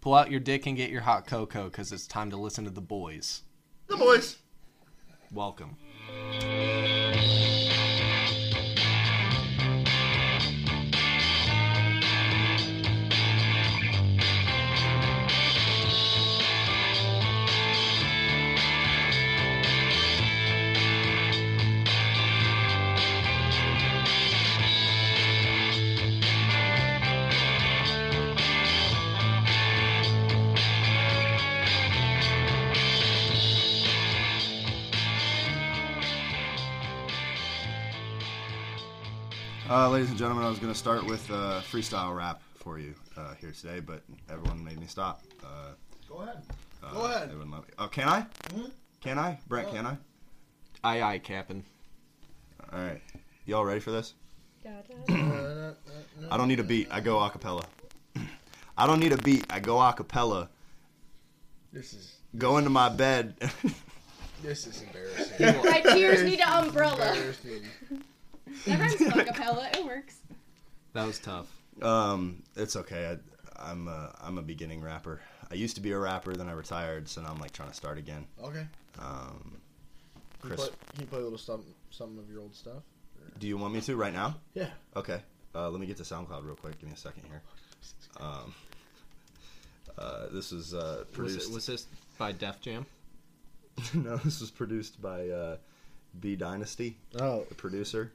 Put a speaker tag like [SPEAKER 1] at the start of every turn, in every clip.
[SPEAKER 1] Pull out your dick and get your hot cocoa because it's time to listen to the boys.
[SPEAKER 2] The boys.
[SPEAKER 1] Welcome.
[SPEAKER 2] Uh, ladies and gentlemen, I was going to start with uh, freestyle rap for you uh, here today, but everyone made me stop. Uh,
[SPEAKER 3] Go ahead.
[SPEAKER 2] uh,
[SPEAKER 3] Go ahead. Hmm?
[SPEAKER 2] they wouldn't let me- Oh, can I? Can I? Brett, can I?
[SPEAKER 1] Aye, aye, Captain.
[SPEAKER 2] All right. Y'all ready for this?
[SPEAKER 3] Uh,
[SPEAKER 4] Da-da-da.
[SPEAKER 3] uh, uh,
[SPEAKER 2] I don't need a beat. I go a cappella. I don't need a beat. I go a cappella.
[SPEAKER 3] This is
[SPEAKER 2] Go into my bed.
[SPEAKER 3] this is embarrassing.
[SPEAKER 4] My tears need an umbrella.
[SPEAKER 3] Embarrassing.
[SPEAKER 4] That rhymes with acapella. It works.
[SPEAKER 1] That was tough.
[SPEAKER 2] um, it's okay. I, I'm a, I'm a beginning rapper. I used to be a rapper, then I retired, so now I'm like trying to start again.
[SPEAKER 3] Okay.
[SPEAKER 2] Um,
[SPEAKER 3] Can you,
[SPEAKER 2] Chris,
[SPEAKER 3] play, can you play a little some some of your old stuff?
[SPEAKER 2] do you want me to right now?
[SPEAKER 3] Yeah.
[SPEAKER 2] Okay. Uh, let me get to SoundCloud real quick. Give me a second here. Um, uh, this was uh,
[SPEAKER 1] Was,
[SPEAKER 2] produced.
[SPEAKER 1] it- was this by Def Jam?
[SPEAKER 2] no, this was produced by uh, B Dynasty,
[SPEAKER 3] Oh,
[SPEAKER 2] the producer.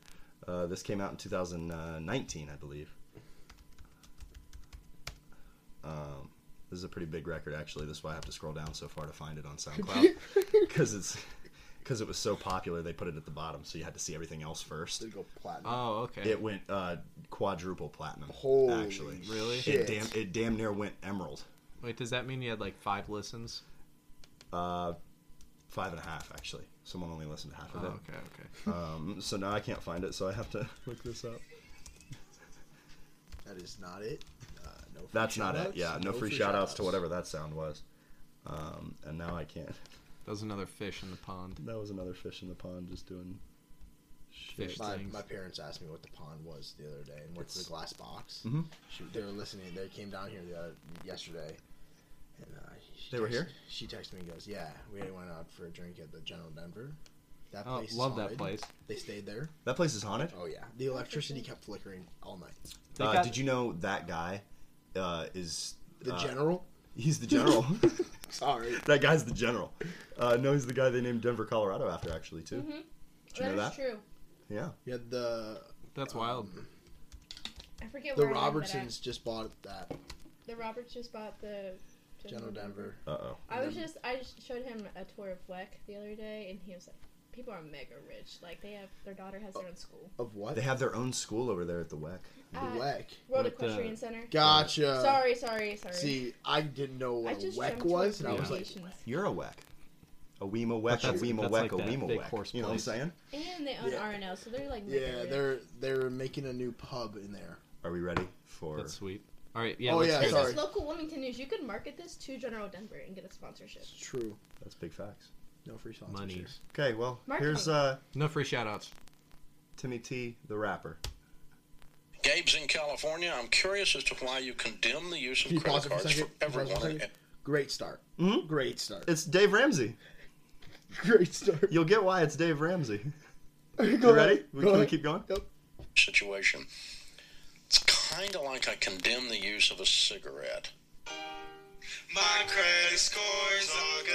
[SPEAKER 2] Uh, this came out in 2019, I believe. Um, this is a pretty big record, actually. That's why I have to scroll down so far to find it on SoundCloud because it's because it was so popular. They put it at the bottom, so you had to see everything else first.
[SPEAKER 3] to go platinum.
[SPEAKER 1] Oh, okay.
[SPEAKER 2] It went uh, quadruple platinum,
[SPEAKER 3] Holy
[SPEAKER 2] actually.
[SPEAKER 1] Really?
[SPEAKER 2] It
[SPEAKER 3] shit.
[SPEAKER 2] damn, it damn near went emerald.
[SPEAKER 1] Wait, does that mean you had like five listens?
[SPEAKER 2] Uh, five and a half, actually. Someone only listened to half
[SPEAKER 3] Uh-huh.
[SPEAKER 1] Oh,
[SPEAKER 2] of it.
[SPEAKER 1] okay, okay.
[SPEAKER 2] Um, so now I can't find it, so I have to look this up.
[SPEAKER 3] That is not it. Uh, no. Free
[SPEAKER 2] That's not it.
[SPEAKER 3] shout-outs.
[SPEAKER 2] Yeah, no, free, shoutouts
[SPEAKER 3] shout-outs.
[SPEAKER 2] to whatever that sound was. Um, and now I can't.
[SPEAKER 1] That was another fish in the pond.
[SPEAKER 2] That was another fish in the pond just doing shit.
[SPEAKER 1] Fish.
[SPEAKER 3] My,
[SPEAKER 1] Things.
[SPEAKER 3] my parents asked me what the pond was the other day and what's
[SPEAKER 2] It's-
[SPEAKER 3] the glass box.
[SPEAKER 2] Mhm.
[SPEAKER 3] She, they were listening. They came down here the other, yesterday. And, uh, she
[SPEAKER 2] They were
[SPEAKER 3] text-
[SPEAKER 2] here?
[SPEAKER 3] She texted me and goes, "Yeah, we went out for a drink at the General Denver. That
[SPEAKER 1] Oh,
[SPEAKER 3] place is
[SPEAKER 1] love that
[SPEAKER 3] haunted.
[SPEAKER 1] place.
[SPEAKER 3] They stayed there.
[SPEAKER 2] That place is haunted.
[SPEAKER 3] Oh yeah, the electricity kept flickering all night.
[SPEAKER 1] They
[SPEAKER 2] Uh,
[SPEAKER 1] got-
[SPEAKER 2] did you know that guy uh, is
[SPEAKER 3] The
[SPEAKER 2] uh,
[SPEAKER 3] General.
[SPEAKER 2] He's the general.
[SPEAKER 3] Sorry.
[SPEAKER 2] that guy's the general. Uh, no, he's the guy they named Denver, Colorado after, actually, too.
[SPEAKER 4] Mhm.
[SPEAKER 2] Did you know that?
[SPEAKER 4] is true.
[SPEAKER 2] Yeah.
[SPEAKER 3] Yeah, the
[SPEAKER 1] That's wild.
[SPEAKER 3] um,
[SPEAKER 4] I forget
[SPEAKER 3] the
[SPEAKER 4] where I learned that
[SPEAKER 3] Robertsons just bought that
[SPEAKER 4] at. The Roberts just bought the
[SPEAKER 3] General Denver.
[SPEAKER 2] Uh oh.
[SPEAKER 4] I was
[SPEAKER 3] Denver.
[SPEAKER 4] just I just showed him a tour of WEC the other day, and he was like, "People are mega rich. Like they have their daughter has their own school.
[SPEAKER 3] Of what?
[SPEAKER 2] They have their own school over there at the E WEC.
[SPEAKER 3] the
[SPEAKER 4] Uh,
[SPEAKER 3] WEC.
[SPEAKER 4] World
[SPEAKER 1] What the-
[SPEAKER 4] Equestrian Center.
[SPEAKER 3] Gotcha.
[SPEAKER 4] sorry, sorry, sorry.
[SPEAKER 3] See, I didn't know
[SPEAKER 4] I
[SPEAKER 3] what a
[SPEAKER 4] just
[SPEAKER 3] WEC
[SPEAKER 4] jumped to
[SPEAKER 3] was, and I was like,
[SPEAKER 4] abbreviations.
[SPEAKER 2] You're a WEC. A Weema WEC, a
[SPEAKER 1] that's-
[SPEAKER 2] Weema
[SPEAKER 1] that's
[SPEAKER 2] WEC,
[SPEAKER 1] like
[SPEAKER 2] a
[SPEAKER 1] that
[SPEAKER 2] Weema
[SPEAKER 1] big
[SPEAKER 2] WEC.
[SPEAKER 1] horse
[SPEAKER 2] You know what I'm
[SPEAKER 1] place.
[SPEAKER 2] saying?
[SPEAKER 4] and they own
[SPEAKER 3] Yeah.
[SPEAKER 4] R and L, so they're like mega
[SPEAKER 3] yeah,
[SPEAKER 4] rich.
[SPEAKER 3] they're they're making a new pub in there.
[SPEAKER 2] Are we ready for.
[SPEAKER 1] That's sweet. All right, yeah.
[SPEAKER 3] Oh,
[SPEAKER 1] let's
[SPEAKER 3] yeah,
[SPEAKER 1] hear
[SPEAKER 4] This
[SPEAKER 3] sorry.
[SPEAKER 4] is local Wilmington news. You could market this to General Denver and get a sponsorship.
[SPEAKER 3] It's true.
[SPEAKER 2] That's big facts.
[SPEAKER 3] No free
[SPEAKER 1] this.
[SPEAKER 3] sponsorship.
[SPEAKER 1] Money.
[SPEAKER 2] Okay, well,
[SPEAKER 4] Marketing.
[SPEAKER 2] here's uh,
[SPEAKER 1] No free shout outs.
[SPEAKER 2] Timmy T, the rapper.
[SPEAKER 5] Gabe's in California. I'm curious as to why you condemn the use of
[SPEAKER 3] Can you
[SPEAKER 5] credit
[SPEAKER 3] pause it for a
[SPEAKER 5] cards for
[SPEAKER 3] second? Can you pause it for a
[SPEAKER 5] everyone.
[SPEAKER 3] second? Great start.
[SPEAKER 2] Mhm.
[SPEAKER 3] Great start.
[SPEAKER 2] It's Dave Ramsey.
[SPEAKER 3] Great start.
[SPEAKER 2] You'll get why it's Dave Ramsey.
[SPEAKER 3] Go
[SPEAKER 2] You ready?
[SPEAKER 3] ahead.
[SPEAKER 2] We,
[SPEAKER 3] Go
[SPEAKER 2] can we
[SPEAKER 3] ahead.
[SPEAKER 2] keep going?
[SPEAKER 5] situation. It's kind of like I condemn the use of a cigarette.
[SPEAKER 6] My credit scores are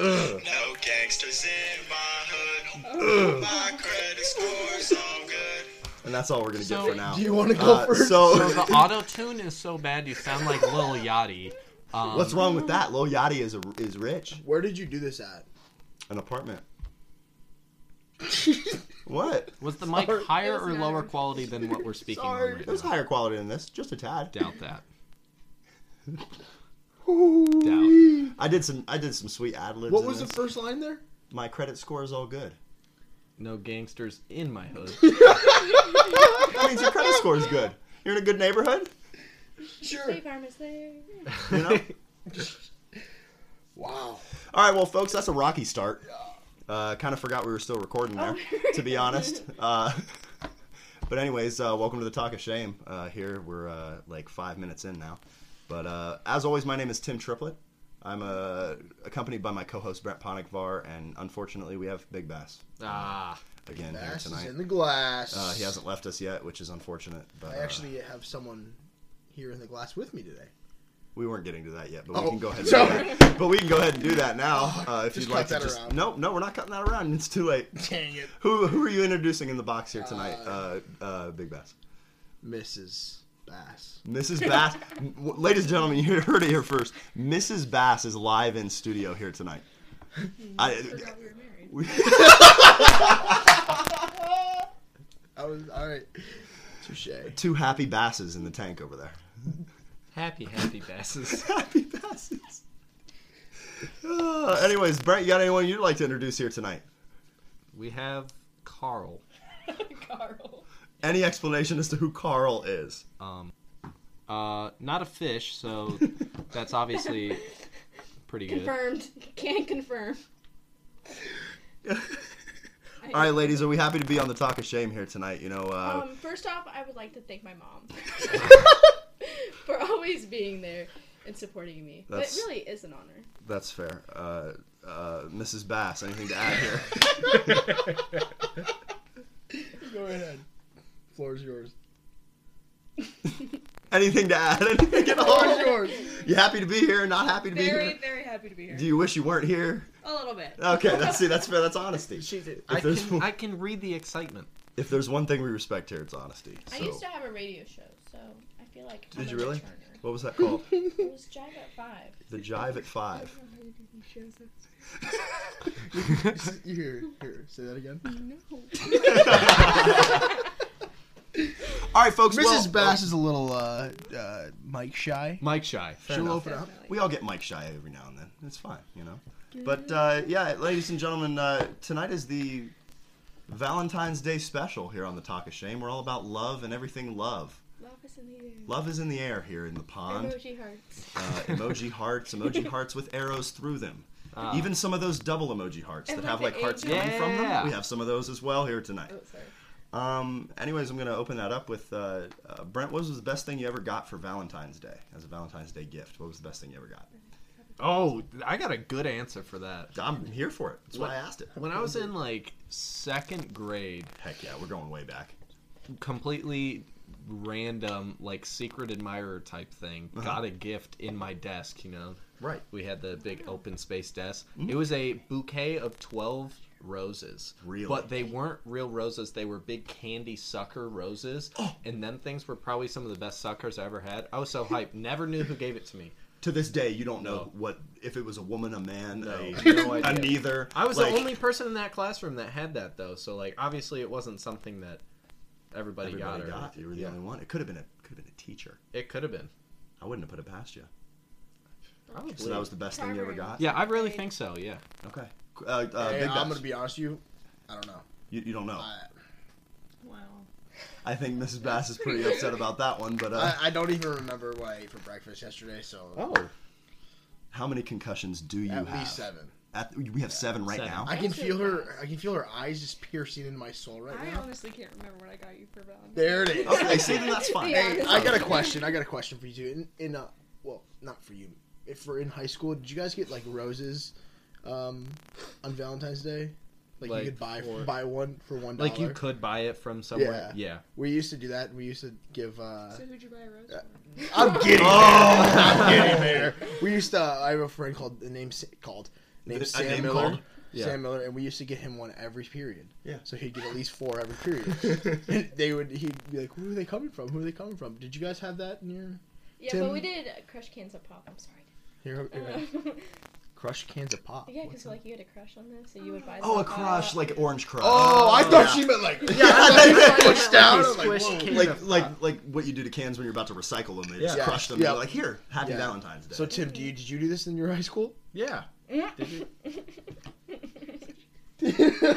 [SPEAKER 6] good.
[SPEAKER 2] Ugh.
[SPEAKER 6] No gangsters in my hood. My credit scores are good.
[SPEAKER 2] And that's all we're going to get
[SPEAKER 1] So-
[SPEAKER 2] for now.
[SPEAKER 3] Do you want to go
[SPEAKER 2] Uh,
[SPEAKER 3] first?
[SPEAKER 1] So the
[SPEAKER 2] so,
[SPEAKER 1] auto tune is so bad you sound like Lil Yachty. Um,
[SPEAKER 2] what's wrong with that? Lil Yachty is, a, is rich.
[SPEAKER 3] Where did you do this at?
[SPEAKER 2] An apartment. what?
[SPEAKER 1] Was the mic
[SPEAKER 3] Sorry.
[SPEAKER 1] higher
[SPEAKER 4] It was
[SPEAKER 1] or
[SPEAKER 4] not.
[SPEAKER 1] lower quality than what we're speaking
[SPEAKER 3] Sorry.
[SPEAKER 1] on right
[SPEAKER 2] It was
[SPEAKER 1] now?
[SPEAKER 2] higher quality than this, just a tad.
[SPEAKER 1] Doubt that.
[SPEAKER 3] Ooh.
[SPEAKER 2] I did some. I did some sweet ad libs.
[SPEAKER 3] What
[SPEAKER 2] in
[SPEAKER 3] was the
[SPEAKER 2] this.
[SPEAKER 3] first line there?
[SPEAKER 2] My credit score is all good.
[SPEAKER 1] No gangsters in my hood.
[SPEAKER 2] That means your credit score is good. You're in a good neighborhood.
[SPEAKER 3] Sure.
[SPEAKER 4] State Farm is there.
[SPEAKER 2] You know.
[SPEAKER 3] Wow.
[SPEAKER 2] All right, well, folks, that's a rocky start. Uh, kind of forgot we were still recording
[SPEAKER 3] Oh,
[SPEAKER 2] there, to be honest. Uh, but anyways, uh, welcome to the Talk of Shame. Uh, here we're uh, like five minutes in now, But uh, as always, my name is Tim Triplett. I'm uh, accompanied by my co-host Brett Ponikvar, and unfortunately, we have Big Bass uh,
[SPEAKER 1] Ah,
[SPEAKER 2] again here
[SPEAKER 3] Bass is
[SPEAKER 2] tonight.
[SPEAKER 3] in the glass.
[SPEAKER 2] Uh, he hasn't left us yet, which is unfortunate. But
[SPEAKER 3] I
[SPEAKER 2] uh,
[SPEAKER 3] actually have someone here in the glass with me today.
[SPEAKER 2] we weren't getting to that yet, but we
[SPEAKER 3] Oh,
[SPEAKER 2] can go ahead. And do
[SPEAKER 3] sorry.
[SPEAKER 2] that. But we can go ahead and do that now uh, if
[SPEAKER 3] Just
[SPEAKER 2] you'd like to.
[SPEAKER 3] cut that
[SPEAKER 2] Just
[SPEAKER 3] around.
[SPEAKER 2] no, no, we're not cutting that around. It's too late.
[SPEAKER 3] Dang it,
[SPEAKER 2] Who who are you introducing in the box here tonight? Uh,
[SPEAKER 3] Uh,
[SPEAKER 2] uh, Big Bass,
[SPEAKER 3] Mrs. Bass.
[SPEAKER 2] Mrs. Bass, M- w- ladies and gentlemen, you heard it here first. Mrs. Bass is live in studio here tonight. I,
[SPEAKER 4] forgot we were married.
[SPEAKER 2] we,
[SPEAKER 3] I was all right. Touche.
[SPEAKER 2] two happy basses in the tank over there.
[SPEAKER 1] happy, happy basses.
[SPEAKER 2] happy passes. Uh, anyways, Brent, you got anyone you'd like to introduce here tonight?
[SPEAKER 1] We have Carl.
[SPEAKER 4] Carl.
[SPEAKER 2] Any explanation as to who Carl is?
[SPEAKER 1] Um, uh, not a fish, so that's obviously pretty good.
[SPEAKER 4] Confirmed. Can't confirm. I-
[SPEAKER 2] All right, ladies, are we happy to be on the Talk of Shame here tonight? You know, uh,
[SPEAKER 4] Um, first off, I would like to thank my mom for always being there and supporting me. But it
[SPEAKER 2] That's-
[SPEAKER 4] really is an honor.
[SPEAKER 2] that's fair. Uh, uh, Mrs. Bass, anything to add here?
[SPEAKER 3] Go ahead. Floor is yours.
[SPEAKER 2] anything to add? Anything at
[SPEAKER 3] Floor
[SPEAKER 2] all?
[SPEAKER 3] is yours.
[SPEAKER 2] You happy to be here? Not happy to be
[SPEAKER 7] Very,
[SPEAKER 2] here?
[SPEAKER 7] very happy to be here.
[SPEAKER 2] Do you wish you weren't here?
[SPEAKER 7] A little bit.
[SPEAKER 2] Okay, that's see, that's fair. That's honesty.
[SPEAKER 3] She did.
[SPEAKER 1] I
[SPEAKER 2] If there's,
[SPEAKER 1] can, I can read the excitement.
[SPEAKER 2] if there's one thing we respect here, it's honesty. So,
[SPEAKER 4] I used to have a radio show, so I feel like I'm
[SPEAKER 2] Did
[SPEAKER 4] a
[SPEAKER 2] you really?
[SPEAKER 4] returner.
[SPEAKER 2] what was that called?
[SPEAKER 4] It was Jive at Five.
[SPEAKER 2] the Jive at Five.
[SPEAKER 3] Here, here. Say that again.
[SPEAKER 2] All right, folks.
[SPEAKER 3] Mrs.
[SPEAKER 2] well-
[SPEAKER 3] Bass is a little uh, uh, mic shy.
[SPEAKER 1] Mike Shy. Fair
[SPEAKER 3] She'll
[SPEAKER 1] enough.
[SPEAKER 3] open up.
[SPEAKER 2] We all get mic shy every now and then. It's fine, you know. But uh, yeah, ladies and gentlemen, uh, tonight is the Valentine's Day special here on the Talk of Shame. We're all about love and everything love.
[SPEAKER 4] Love is in the air.
[SPEAKER 2] Love is in the air here in the pond.
[SPEAKER 4] Emoji hearts.
[SPEAKER 2] Uh, emoji hearts, emoji hearts with arrows through them.
[SPEAKER 1] Ah.
[SPEAKER 2] Even some of those double emoji hearts
[SPEAKER 4] And
[SPEAKER 2] that have
[SPEAKER 4] like
[SPEAKER 2] like
[SPEAKER 4] the
[SPEAKER 2] hearts
[SPEAKER 4] angel.
[SPEAKER 2] coming from them.
[SPEAKER 1] Yeah.
[SPEAKER 2] We have some of those as well here tonight.
[SPEAKER 4] Oh, sorry.
[SPEAKER 2] Um, anyways, I'm gonna open that up with uh, uh, Brent. What was the best thing you ever got for Valentine's Day as a Valentine's Day gift? What was the best thing you ever got?
[SPEAKER 1] Oh, I got a good answer for that.
[SPEAKER 2] I'm here for it. That's why I asked it.
[SPEAKER 1] When I was in like second grade,
[SPEAKER 2] Heck yeah, we're going way back.
[SPEAKER 1] completely random, like secret admirer type thing,
[SPEAKER 2] Uh-huh.
[SPEAKER 1] got a gift in my desk, you know.
[SPEAKER 2] Right. Mm-hmm.
[SPEAKER 1] We had the big open space desk. It was a bouquet of 12 roses.
[SPEAKER 2] Really?
[SPEAKER 1] But they weren't real roses. They were big candy sucker roses.
[SPEAKER 2] Oh.
[SPEAKER 1] And them things were probably some of the best suckers I ever had. I was so hyped. Never knew who gave it to me.
[SPEAKER 2] To this day, you don't know
[SPEAKER 1] No.
[SPEAKER 2] what if it was a woman, a man,
[SPEAKER 1] No,
[SPEAKER 2] a,
[SPEAKER 1] no
[SPEAKER 2] a
[SPEAKER 1] idea.
[SPEAKER 2] neither.
[SPEAKER 1] I was
[SPEAKER 2] like,
[SPEAKER 1] the only person in that classroom that had that though, so like obviously it wasn't something that everybody,
[SPEAKER 2] everybody
[SPEAKER 1] got. Or,
[SPEAKER 2] got. You were the
[SPEAKER 1] Yeah.
[SPEAKER 2] only one. It could have been a could have been a teacher.
[SPEAKER 1] It could have been.
[SPEAKER 2] I wouldn't have put it past you.
[SPEAKER 1] Probably.
[SPEAKER 2] So that was the best thing you ever got.
[SPEAKER 1] yeah, I really think so. Yeah.
[SPEAKER 2] Okay. Uh, uh,
[SPEAKER 3] Hey,
[SPEAKER 2] Big
[SPEAKER 3] I'm
[SPEAKER 2] Bass, Oh.
[SPEAKER 3] gonna be honest with you. I don't know.
[SPEAKER 2] you, you don't know.
[SPEAKER 3] I,
[SPEAKER 7] Wow.
[SPEAKER 2] I think Mrs. Bass is pretty upset about that one. But uh,
[SPEAKER 3] I, I don't even remember what I ate for breakfast yesterday. So
[SPEAKER 2] how many concussions do Oh. you
[SPEAKER 3] at
[SPEAKER 2] have?
[SPEAKER 3] least seven.
[SPEAKER 2] At- we have seven right
[SPEAKER 1] Seven.
[SPEAKER 2] now.
[SPEAKER 3] I can
[SPEAKER 7] Actually,
[SPEAKER 3] feel her.
[SPEAKER 7] yeah.
[SPEAKER 3] I can feel her eyes just piercing into my soul right
[SPEAKER 7] I
[SPEAKER 3] now.
[SPEAKER 7] honestly can't remember what I got you for Valentine's.
[SPEAKER 3] There it is.
[SPEAKER 2] okay, see, then that's fine.
[SPEAKER 4] Yeah.
[SPEAKER 3] Hey, I got a question. I got a question for you too. In, in uh, well, not for you. If we're in high school, did you guys get like roses um, on Valentine's Day? Like,
[SPEAKER 1] Like
[SPEAKER 3] you could buy
[SPEAKER 1] for-
[SPEAKER 3] buy one for one dollar.
[SPEAKER 1] Like you could buy it from somewhere. Yeah.
[SPEAKER 3] We used to do that. We used to give. Uh,
[SPEAKER 7] So who'd you buy a rose for?
[SPEAKER 3] I'm getting
[SPEAKER 2] Oh,
[SPEAKER 3] there. I'm getting there. We used to. I have a friend called the name Sa- called named
[SPEAKER 2] A
[SPEAKER 3] Sam
[SPEAKER 2] name
[SPEAKER 3] Miller.
[SPEAKER 2] called?
[SPEAKER 1] Yeah.
[SPEAKER 3] Sam Miller, and we used to get him one every period.
[SPEAKER 2] Yeah.
[SPEAKER 3] So he'd get at least four every period. And they would. He'd be like, "Who are they coming from? Who are they coming from?" Did you guys have that in your?
[SPEAKER 4] Yeah,
[SPEAKER 3] Tim-
[SPEAKER 4] but we did uh, crush cans of pop. I'm sorry.
[SPEAKER 3] Here, here,
[SPEAKER 4] Uh,
[SPEAKER 3] crush cans of pop.
[SPEAKER 4] yeah,
[SPEAKER 3] What's
[SPEAKER 4] because
[SPEAKER 3] that?
[SPEAKER 4] like you had a crush on them, so you would buy. Them
[SPEAKER 2] Oh, a
[SPEAKER 4] off-
[SPEAKER 2] crush, like Orange Crush.
[SPEAKER 3] oh, I thought
[SPEAKER 2] Yeah.
[SPEAKER 3] she meant like
[SPEAKER 2] Yeah, I thought you meant
[SPEAKER 3] pushed
[SPEAKER 2] like
[SPEAKER 3] down.
[SPEAKER 1] a
[SPEAKER 3] I'm like,
[SPEAKER 1] squished
[SPEAKER 3] whoa.
[SPEAKER 1] can.
[SPEAKER 2] like like like what you do to cans when you're about to recycle them. They just
[SPEAKER 1] Yeah.
[SPEAKER 2] crush them.
[SPEAKER 3] Yeah.
[SPEAKER 2] And you're like, here, happy
[SPEAKER 3] Yeah.
[SPEAKER 2] Valentine's Day.
[SPEAKER 3] So Tim, do you did you do this in your high school?
[SPEAKER 1] Yeah.
[SPEAKER 2] yeah,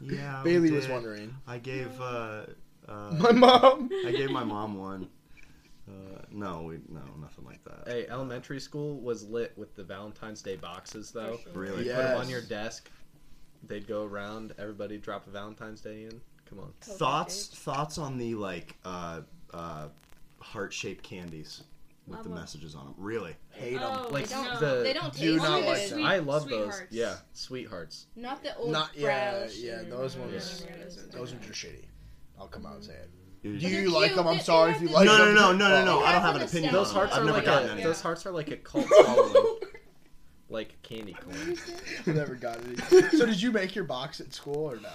[SPEAKER 2] we
[SPEAKER 3] Bailey
[SPEAKER 2] did.
[SPEAKER 3] was wondering.
[SPEAKER 2] I gave uh, uh,
[SPEAKER 3] My mom.
[SPEAKER 2] I gave my mom one. Uh, no, we no nothing like that.
[SPEAKER 1] Hey, elementary school was lit with the Valentine's Day boxes though.
[SPEAKER 4] For sure.
[SPEAKER 2] Really?
[SPEAKER 1] Put 'em
[SPEAKER 3] Yes.
[SPEAKER 1] on your desk. They'd go around. Everybody drop a Valentine's Day in. Come on.
[SPEAKER 4] Coke
[SPEAKER 2] Thoughts
[SPEAKER 4] message.
[SPEAKER 2] thoughts on the like uh, uh, heart shaped candies. with
[SPEAKER 4] Love
[SPEAKER 2] the
[SPEAKER 4] 'em.
[SPEAKER 2] messages on them. Really?
[SPEAKER 3] Hate 'em.
[SPEAKER 7] Oh,
[SPEAKER 1] Like
[SPEAKER 7] they don't,
[SPEAKER 1] the
[SPEAKER 4] they don't
[SPEAKER 3] do
[SPEAKER 4] taste
[SPEAKER 3] not
[SPEAKER 4] good.
[SPEAKER 3] like that.
[SPEAKER 1] I love
[SPEAKER 7] Sweethearts.
[SPEAKER 1] those. Yeah, sweethearts.
[SPEAKER 4] Not the old
[SPEAKER 3] Not- yeah,
[SPEAKER 4] Grouch
[SPEAKER 3] yeah,
[SPEAKER 4] and-
[SPEAKER 3] those ones-
[SPEAKER 4] Yeah.
[SPEAKER 3] Those ones are shitty. I'll come out and say it.
[SPEAKER 2] Dude,
[SPEAKER 3] Do
[SPEAKER 4] they're
[SPEAKER 3] you like
[SPEAKER 4] cute.
[SPEAKER 3] them? I'm
[SPEAKER 4] They- they
[SPEAKER 3] sorry
[SPEAKER 4] have
[SPEAKER 3] if you
[SPEAKER 4] the-
[SPEAKER 3] like
[SPEAKER 2] No, no,
[SPEAKER 3] them.
[SPEAKER 2] no, no, no, no.
[SPEAKER 3] Oh.
[SPEAKER 2] I
[SPEAKER 4] have
[SPEAKER 2] don't have
[SPEAKER 4] an
[SPEAKER 2] an opinion
[SPEAKER 4] aesthetic.
[SPEAKER 1] Those
[SPEAKER 2] on them.
[SPEAKER 1] hearts
[SPEAKER 2] I've
[SPEAKER 1] are
[SPEAKER 2] never
[SPEAKER 1] like
[SPEAKER 2] gotten
[SPEAKER 1] a,
[SPEAKER 2] any.
[SPEAKER 7] Yeah.
[SPEAKER 1] those hearts are like a cult following, like candy corn.
[SPEAKER 3] I've never got any. So did you make your box at school or no?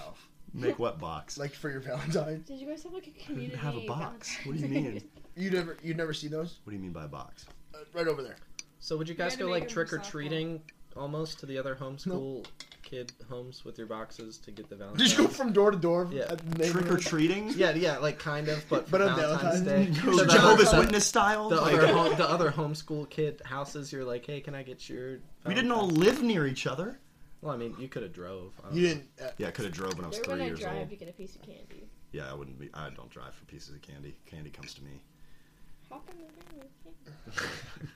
[SPEAKER 2] Make what box?
[SPEAKER 3] Like for your Valentine?
[SPEAKER 4] Did you guys have like a
[SPEAKER 2] I
[SPEAKER 4] community?
[SPEAKER 2] didn't have a box. What do you
[SPEAKER 4] Valentine's?
[SPEAKER 2] mean?
[SPEAKER 3] You never, you never seen those?
[SPEAKER 2] What do you mean by box?
[SPEAKER 3] Uh, right over there.
[SPEAKER 1] So would you guys
[SPEAKER 7] had to
[SPEAKER 1] go
[SPEAKER 7] make
[SPEAKER 1] like
[SPEAKER 7] them
[SPEAKER 1] trick or
[SPEAKER 7] softball.
[SPEAKER 1] treating almost to the other homeschool kid homes with your boxes to get the Valentine's?
[SPEAKER 3] Did you go from door to door?
[SPEAKER 1] Yeah.
[SPEAKER 3] at the
[SPEAKER 2] Trick or
[SPEAKER 3] neighborhood?
[SPEAKER 2] treating?
[SPEAKER 1] Yeah, yeah, like kind of, but for
[SPEAKER 3] But on
[SPEAKER 1] Valentine's
[SPEAKER 3] Valentine's-
[SPEAKER 1] Day.
[SPEAKER 3] No,
[SPEAKER 1] So the
[SPEAKER 2] Jehovah's
[SPEAKER 1] other-
[SPEAKER 2] Witness style?
[SPEAKER 1] The
[SPEAKER 2] Like,
[SPEAKER 1] other, home, the other homeschool kid houses, you're like, hey, can I get your?
[SPEAKER 2] we didn't
[SPEAKER 4] Oh,
[SPEAKER 2] all
[SPEAKER 1] Valentine's?"
[SPEAKER 2] live near each other.
[SPEAKER 1] Well, I mean, you could have drove. I don't
[SPEAKER 3] You
[SPEAKER 1] know.
[SPEAKER 3] didn't. Uh,
[SPEAKER 2] Yeah, I could have drove when I was
[SPEAKER 4] They're
[SPEAKER 2] three
[SPEAKER 4] gonna
[SPEAKER 2] years
[SPEAKER 4] drive
[SPEAKER 2] old.
[SPEAKER 4] to get a piece of candy.
[SPEAKER 2] Yeah, I wouldn't be. I don't drive for pieces of candy. Candy comes to me.
[SPEAKER 4] Hop in the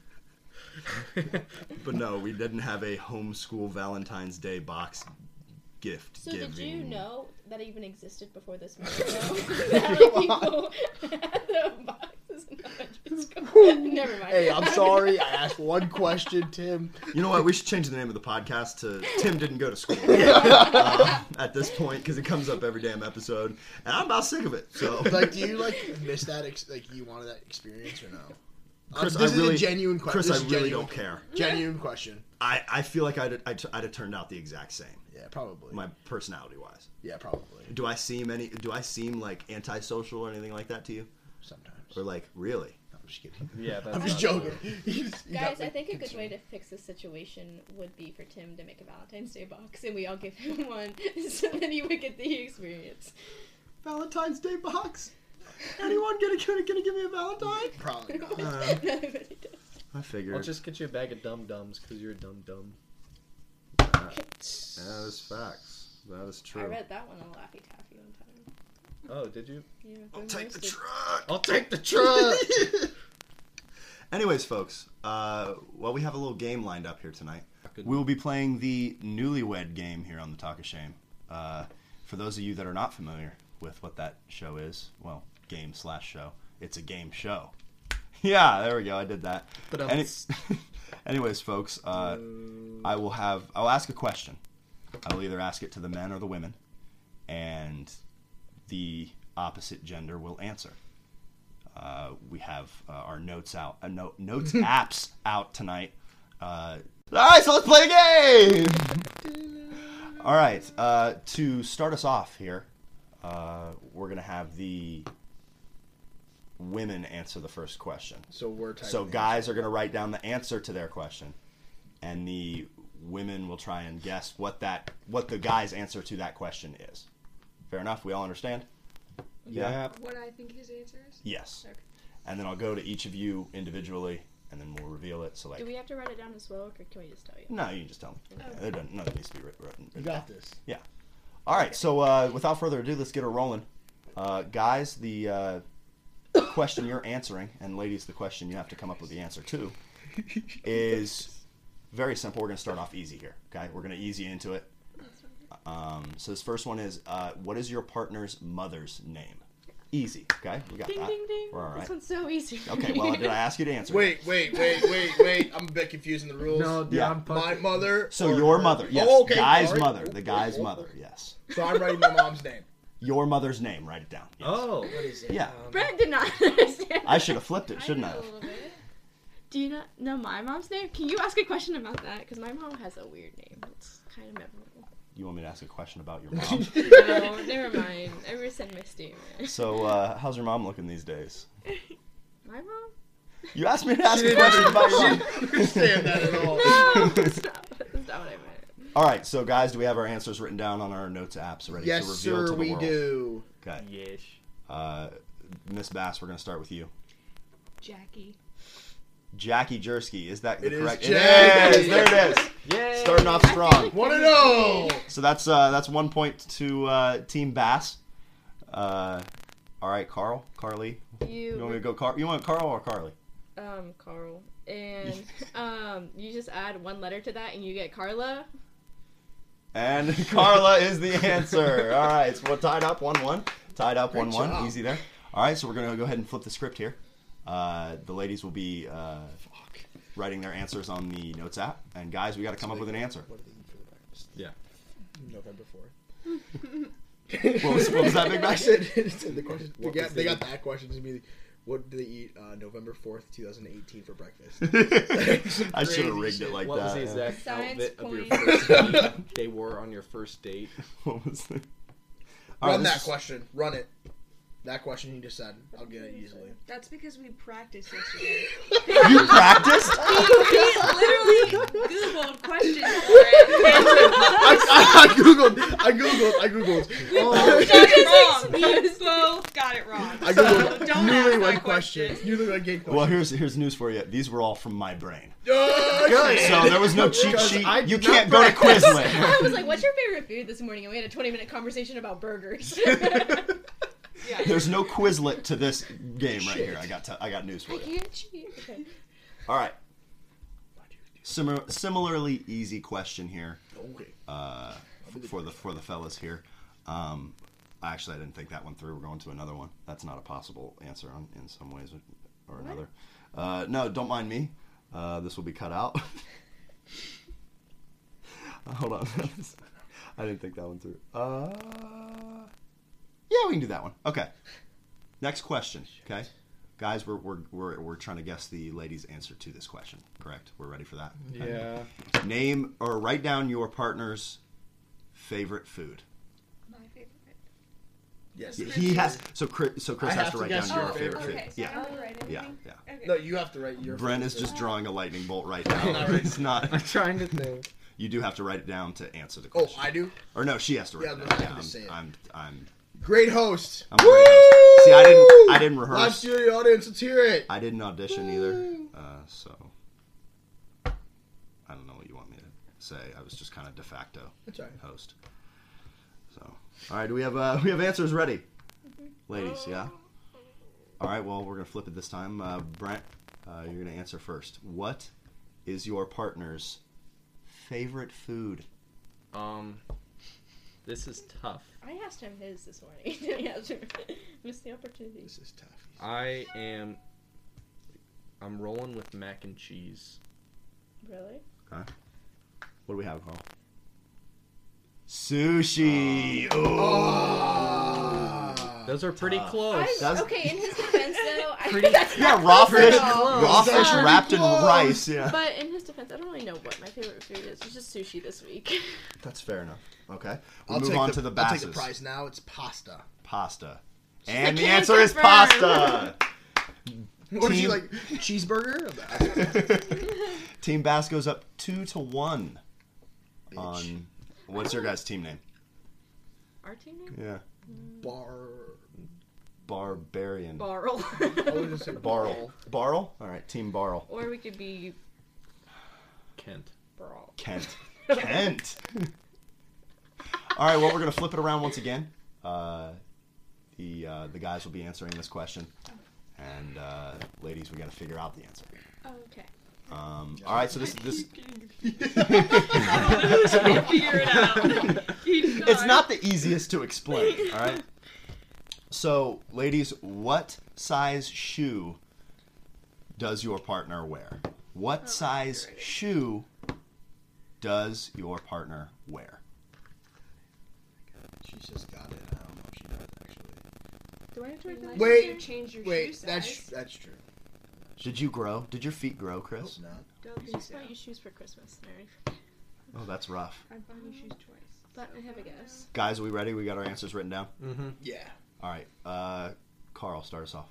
[SPEAKER 2] But no, we didn't have a homeschool Valentine's Day box gift.
[SPEAKER 4] So
[SPEAKER 2] giving.
[SPEAKER 4] did you know that even existed before this movie? No. How many people had the boxes and not just go- Never mind.
[SPEAKER 3] hey, I'm sorry. I asked one question, Tim.
[SPEAKER 2] You know what? We should change the name of the podcast to Tim Didn't Go to School uh, at this point because it comes up every damn episode. And I'm about sick of it. So,
[SPEAKER 3] Like, do you like miss that? Ex- like, you wanted that experience or no? Uh,
[SPEAKER 2] Chris,
[SPEAKER 3] this
[SPEAKER 2] I
[SPEAKER 3] is
[SPEAKER 2] really-
[SPEAKER 3] a genuine question.
[SPEAKER 2] Chris, I really don't care.
[SPEAKER 3] Genuine question.
[SPEAKER 2] I, I feel like I'd, I'd, I'd have turned out the exact same,
[SPEAKER 3] Yeah, probably.
[SPEAKER 2] my personality wise.
[SPEAKER 3] yeah, probably.
[SPEAKER 2] Do I seem any? Do I seem like antisocial or anything like that to you?
[SPEAKER 3] Sometimes.
[SPEAKER 2] Or like really?
[SPEAKER 3] No, I'm just kidding.
[SPEAKER 1] Yeah, that's
[SPEAKER 3] I'm just
[SPEAKER 1] not
[SPEAKER 3] joking.
[SPEAKER 1] true.
[SPEAKER 3] You just- you
[SPEAKER 4] Guys,
[SPEAKER 3] got me
[SPEAKER 4] I think a good way
[SPEAKER 3] concerned.
[SPEAKER 4] to fix this situation would be for Tim to make a Valentine's Day box and we all give him one so then he would get the experience.
[SPEAKER 2] Valentine's Day box. Anyone gonna gonna, gonna give me a Valentine?
[SPEAKER 3] Probably not.
[SPEAKER 2] Uh.
[SPEAKER 4] Nobody does.
[SPEAKER 2] I figured.
[SPEAKER 1] I'll just get you a bag of dum dums because you're a dum dum.
[SPEAKER 2] That is facts. That is true.
[SPEAKER 4] I read that one on Laffy Taffy one time.
[SPEAKER 1] Oh, did you?
[SPEAKER 4] Yeah,
[SPEAKER 2] I'll
[SPEAKER 4] they're
[SPEAKER 2] take the
[SPEAKER 4] mostly-
[SPEAKER 2] truck.
[SPEAKER 1] I'll take the truck.
[SPEAKER 2] Anyways, folks, uh, well, we have a little game lined up here tonight. We will be playing the newlywed game here on the Talk of Shame. Uh, for those of you that are not familiar with what that show is, well, game slash show, it's a game show. Yeah, there we go. I did that.
[SPEAKER 1] But, um, Mm.
[SPEAKER 2] Any- anyways, folks, uh, I will have I'll ask a question. I will either ask it to the men or the women, and the opposite gender will answer. Uh, we have uh, our notes out, uh, no, notes apps out tonight. Uh, all right, so let's play a game. all right, uh, to start us off here, uh, we're gonna have the women answer the first question.
[SPEAKER 3] so we're typing
[SPEAKER 2] So
[SPEAKER 3] in.
[SPEAKER 2] guys are gonna write down the answer to their question, and the women will try and guess what that what the guy's answer to that question is. Fair enough. We all understand. Yeah.
[SPEAKER 7] What I think his answer is?
[SPEAKER 2] Yes.
[SPEAKER 7] Okay.
[SPEAKER 2] And then I'll go to each of you individually, and then we'll reveal it. So like,
[SPEAKER 4] Do we have to write it down as well, or can we just tell you?
[SPEAKER 2] no, you can just tell me.
[SPEAKER 4] Okay.
[SPEAKER 2] It doesn't, none of it needs to be writ- written.
[SPEAKER 3] You got this.
[SPEAKER 2] All right. So uh, without further ado, let's get her rolling. Uh, guys, the uh, question you're answering, and ladies, the question you have to come up with the answer to, is very simple. We're going to start off easy here. Okay, we're going to easy into it. Um, so this first one is, uh, what is your partner's mother's name? Easy. Okay, we got
[SPEAKER 4] Ding
[SPEAKER 2] that.
[SPEAKER 4] ding ding!
[SPEAKER 2] We're all
[SPEAKER 4] This
[SPEAKER 2] right.
[SPEAKER 4] one's so easy. for
[SPEAKER 2] Okay.
[SPEAKER 4] me.
[SPEAKER 2] Well, did I ask you to answer? it?
[SPEAKER 3] Wait, wait, wait, wait, wait. I'm a bit confusing the rules.
[SPEAKER 1] No, dude,
[SPEAKER 2] Yeah.
[SPEAKER 1] I'm
[SPEAKER 3] my
[SPEAKER 1] fucking-
[SPEAKER 3] mother.
[SPEAKER 2] So
[SPEAKER 3] or
[SPEAKER 2] your
[SPEAKER 3] her-
[SPEAKER 2] mother, yes,
[SPEAKER 3] Oh, okay,
[SPEAKER 2] guy's
[SPEAKER 3] sorry.
[SPEAKER 2] mother, the guy's
[SPEAKER 3] Oh,
[SPEAKER 2] mother, yes.
[SPEAKER 3] So I'm writing my mom's name.
[SPEAKER 2] Your mother's name, write it down. Yes.
[SPEAKER 1] Oh,
[SPEAKER 3] What is it?
[SPEAKER 2] Yeah.
[SPEAKER 4] Brett did not understand.
[SPEAKER 2] I should have flipped it,
[SPEAKER 7] I
[SPEAKER 2] shouldn't I?
[SPEAKER 7] know a
[SPEAKER 2] Have?
[SPEAKER 7] little bit.
[SPEAKER 4] Do you not know my mom's name? Can you ask a question about that? Because my mom has a weird name. It's kind of memorable.
[SPEAKER 2] You want me to ask a question about your mom?
[SPEAKER 4] no, never mind. I rescind my statement.
[SPEAKER 2] so, uh, how's your mom looking these days?
[SPEAKER 4] My mom?
[SPEAKER 2] You asked me to ask a
[SPEAKER 3] didn't
[SPEAKER 2] question about your mom.
[SPEAKER 3] She didn't understand that at all.
[SPEAKER 4] No, that's not, that's not what I meant.
[SPEAKER 2] All right, so guys, do we have our answers written down on our notes apps ready
[SPEAKER 3] Yes,
[SPEAKER 2] to reveal to
[SPEAKER 3] sir,
[SPEAKER 2] the
[SPEAKER 3] we
[SPEAKER 2] world?
[SPEAKER 3] do.
[SPEAKER 2] Okay,
[SPEAKER 1] yes.
[SPEAKER 2] uh, Miss Bass, we're going to start with you.
[SPEAKER 7] Jackie.
[SPEAKER 2] Jackie Jersky, is that the
[SPEAKER 3] It is
[SPEAKER 2] correct?
[SPEAKER 3] Jackie.
[SPEAKER 2] It is. There it is.
[SPEAKER 1] Yay!
[SPEAKER 2] Starting off
[SPEAKER 4] I feel
[SPEAKER 2] strong.
[SPEAKER 4] like
[SPEAKER 3] Want to
[SPEAKER 4] every-
[SPEAKER 3] know?
[SPEAKER 2] So that's uh, that's one point to uh, Team Bass. Uh, all right, Carl, Carly. You want me to
[SPEAKER 4] You,
[SPEAKER 2] go? Car- you want Carl or Carly?
[SPEAKER 4] um, Carl, and um, you just add one letter to that, and you get Carla.
[SPEAKER 2] And Carla is the answer. All right, so we're tied up one one. Tied up
[SPEAKER 3] Great
[SPEAKER 2] one one.
[SPEAKER 3] job.
[SPEAKER 2] Easy there. All right, so we're gonna go ahead and flip the script here. Uh, the ladies will be uh, writing their answers on the notes app, and guys, we got to come up with an answer.
[SPEAKER 3] What do they eat for the breakfast?
[SPEAKER 1] Yeah.
[SPEAKER 3] November fourth.
[SPEAKER 2] What was, what was that big
[SPEAKER 3] I
[SPEAKER 2] Mac?
[SPEAKER 3] said it's in the question. They
[SPEAKER 1] What
[SPEAKER 3] got,
[SPEAKER 1] was
[SPEAKER 3] they
[SPEAKER 1] the-
[SPEAKER 3] got that question to me. What do they eat uh, November fourth, two thousand eighteen, for breakfast?
[SPEAKER 2] I should have rigged
[SPEAKER 3] shit.
[SPEAKER 2] it like
[SPEAKER 1] what
[SPEAKER 2] that.
[SPEAKER 1] was the exact
[SPEAKER 4] Science
[SPEAKER 1] outfit of your
[SPEAKER 4] point.
[SPEAKER 1] first date they wore on your first date?
[SPEAKER 2] What was the... All right,
[SPEAKER 3] Run
[SPEAKER 2] this
[SPEAKER 3] that
[SPEAKER 2] is-
[SPEAKER 3] question. Run it. That question you just said. I'll get it easily.
[SPEAKER 7] That's because we practiced yesterday.
[SPEAKER 2] You practiced?
[SPEAKER 7] we literally Googled questions for it.
[SPEAKER 3] I, I, I googled. I googled. I googled.
[SPEAKER 7] Both
[SPEAKER 3] Oh,
[SPEAKER 7] got it wrong. We
[SPEAKER 3] I
[SPEAKER 7] both got it wrong. So
[SPEAKER 3] googled
[SPEAKER 7] don't ask
[SPEAKER 3] newlywed
[SPEAKER 7] that
[SPEAKER 3] questions.
[SPEAKER 7] question.
[SPEAKER 3] Newlywed gay questions.
[SPEAKER 2] Well, here's here's news for you. These were all from my brain.
[SPEAKER 3] Oh, shit.
[SPEAKER 2] So there was no cheat
[SPEAKER 3] Because
[SPEAKER 2] sheet.
[SPEAKER 3] I
[SPEAKER 2] You
[SPEAKER 3] did
[SPEAKER 2] can't go
[SPEAKER 3] not
[SPEAKER 2] to Quizlet.
[SPEAKER 4] I was like, "What's your favorite food this morning?" And we had a twenty-minute conversation about burgers.
[SPEAKER 7] Yeah.
[SPEAKER 2] There's no Quizlet to this game right here. I got to, I got news for
[SPEAKER 4] I
[SPEAKER 2] you.
[SPEAKER 4] can't cheat. Okay.
[SPEAKER 2] All right. Similar, similarly easy question here
[SPEAKER 3] Okay.
[SPEAKER 2] uh, for the for the fellas here. Um, actually, I didn't think that one through. We're going to another one. That's not a possible answer on, in some ways or, or another. Uh, no, don't mind me. Uh, this will be cut out. Uh, Hold on. I didn't think that one through. Uh, yeah, we can do that one. Okay. Next question. Okay. Guys, we're, we're, we're, we're trying to guess the lady's answer to this question, correct? We're ready for that? Okay. Name or write down your partner's favorite food.
[SPEAKER 7] My favorite.
[SPEAKER 3] Yes.
[SPEAKER 7] Yeah.
[SPEAKER 2] He has so Chris, so Chris
[SPEAKER 3] I
[SPEAKER 2] has
[SPEAKER 3] have
[SPEAKER 2] to
[SPEAKER 3] to
[SPEAKER 2] write down
[SPEAKER 3] guess
[SPEAKER 2] your
[SPEAKER 3] your
[SPEAKER 2] favorite
[SPEAKER 3] favorite
[SPEAKER 2] food.
[SPEAKER 7] okay, so I
[SPEAKER 2] Yeah,
[SPEAKER 7] don't write
[SPEAKER 2] yeah,
[SPEAKER 7] anything?
[SPEAKER 2] yeah.
[SPEAKER 7] Okay.
[SPEAKER 3] No, you have to write your.
[SPEAKER 2] Brent is just drawing a lightning bolt right now.
[SPEAKER 3] Not right
[SPEAKER 2] it's not.
[SPEAKER 1] trying to think.
[SPEAKER 2] You do have to write it down to answer the
[SPEAKER 3] Oh,
[SPEAKER 2] question.
[SPEAKER 3] I do.
[SPEAKER 2] Or no, she has to write
[SPEAKER 3] Yeah,
[SPEAKER 2] it down.
[SPEAKER 3] but I have to
[SPEAKER 2] I'm,
[SPEAKER 3] say it.
[SPEAKER 2] I'm, I'm,
[SPEAKER 3] Great host.
[SPEAKER 2] I'm a great host. See, I didn't, I didn't
[SPEAKER 3] Live
[SPEAKER 2] rehearse.
[SPEAKER 3] studio audience, let's hear it.
[SPEAKER 2] I didn't audition either. Uh, so I don't know what you want me to say. I was just kind of de facto
[SPEAKER 3] That's all right.
[SPEAKER 2] host. So, all right, do we have uh, we have answers ready, ladies? Yeah. All right. Well, we're gonna flip it this time. Uh, Brent, uh, you're gonna answer first. What is your partner's favorite food?
[SPEAKER 1] Um, this is tough.
[SPEAKER 4] I asked him his this morning. he asked him. Missed the opportunity.
[SPEAKER 3] This is tough.
[SPEAKER 1] I am. I'm rolling with mac and cheese.
[SPEAKER 4] Really?
[SPEAKER 2] What do we have, Carl? Sushi.
[SPEAKER 3] Oh. Ah.
[SPEAKER 1] Those are pretty
[SPEAKER 2] Tough.
[SPEAKER 1] close.
[SPEAKER 4] I,
[SPEAKER 2] Oh, that's-
[SPEAKER 4] okay, in his defense, though, I
[SPEAKER 1] Pretty-
[SPEAKER 4] that's
[SPEAKER 2] Yeah,
[SPEAKER 4] not
[SPEAKER 2] raw
[SPEAKER 4] close
[SPEAKER 2] fish,
[SPEAKER 4] at all.
[SPEAKER 2] raw
[SPEAKER 3] Those
[SPEAKER 2] fish
[SPEAKER 3] are pretty
[SPEAKER 2] wrapped in
[SPEAKER 3] close.
[SPEAKER 2] rice. Yeah.
[SPEAKER 4] But in his defense, I don't really know what my favorite food is. It's just sushi this week.
[SPEAKER 2] That's fair enough. Okay. We'll
[SPEAKER 3] I'll
[SPEAKER 2] move
[SPEAKER 3] take
[SPEAKER 2] on
[SPEAKER 3] the,
[SPEAKER 2] to the
[SPEAKER 3] I'll take the
[SPEAKER 2] basses.
[SPEAKER 3] prize now. It's pasta.
[SPEAKER 2] Pasta. and
[SPEAKER 4] like,
[SPEAKER 2] the
[SPEAKER 4] "Can I
[SPEAKER 2] answer is
[SPEAKER 4] confirm?"
[SPEAKER 2] pasta.
[SPEAKER 3] What did you
[SPEAKER 2] Team-
[SPEAKER 3] like? Cheeseburger?
[SPEAKER 2] team Bass goes up two to one
[SPEAKER 3] Bitch.
[SPEAKER 2] on what's your guys' team name?
[SPEAKER 4] Our team name?
[SPEAKER 2] Yeah.
[SPEAKER 3] Bar.
[SPEAKER 2] Barbarian.
[SPEAKER 4] Barrel.
[SPEAKER 3] I was gonna say
[SPEAKER 2] Barrel. Barrel? Alright, team Barrel.
[SPEAKER 4] or we could be
[SPEAKER 1] Kent.
[SPEAKER 4] brawl.
[SPEAKER 2] Kent. Kent. All right. Well, we're gonna flip it around once again. Uh, the uh, the guys will be answering this question, and uh, ladies, we got to figure out the answer.
[SPEAKER 4] okay.
[SPEAKER 2] Um, all right. So this this
[SPEAKER 7] Figure it out. Keep going.
[SPEAKER 2] it's not the easiest to explain. All right. So, ladies, what size shoe does your partner wear? What size shoe does your partner wear?
[SPEAKER 3] She's just got it. I don't know if she does actually.
[SPEAKER 4] Do I have to write that?
[SPEAKER 7] Unless
[SPEAKER 3] Wait.
[SPEAKER 7] you change your shoe
[SPEAKER 3] Wait,
[SPEAKER 7] size.
[SPEAKER 3] that's that's true.
[SPEAKER 2] Did you grow? Did your feet grow, Chris?
[SPEAKER 3] It's not.
[SPEAKER 4] I
[SPEAKER 7] Don't think
[SPEAKER 4] just
[SPEAKER 7] so.
[SPEAKER 4] bought you shoes for Christmas. Mary.
[SPEAKER 2] Oh, that's rough.
[SPEAKER 7] I've bought you shoes twice.
[SPEAKER 4] But I have a guess.
[SPEAKER 2] Guys, are we ready? We got our answers written down.
[SPEAKER 1] Mm-hmm.
[SPEAKER 3] Yeah.
[SPEAKER 2] All right, uh, Carl, start us off.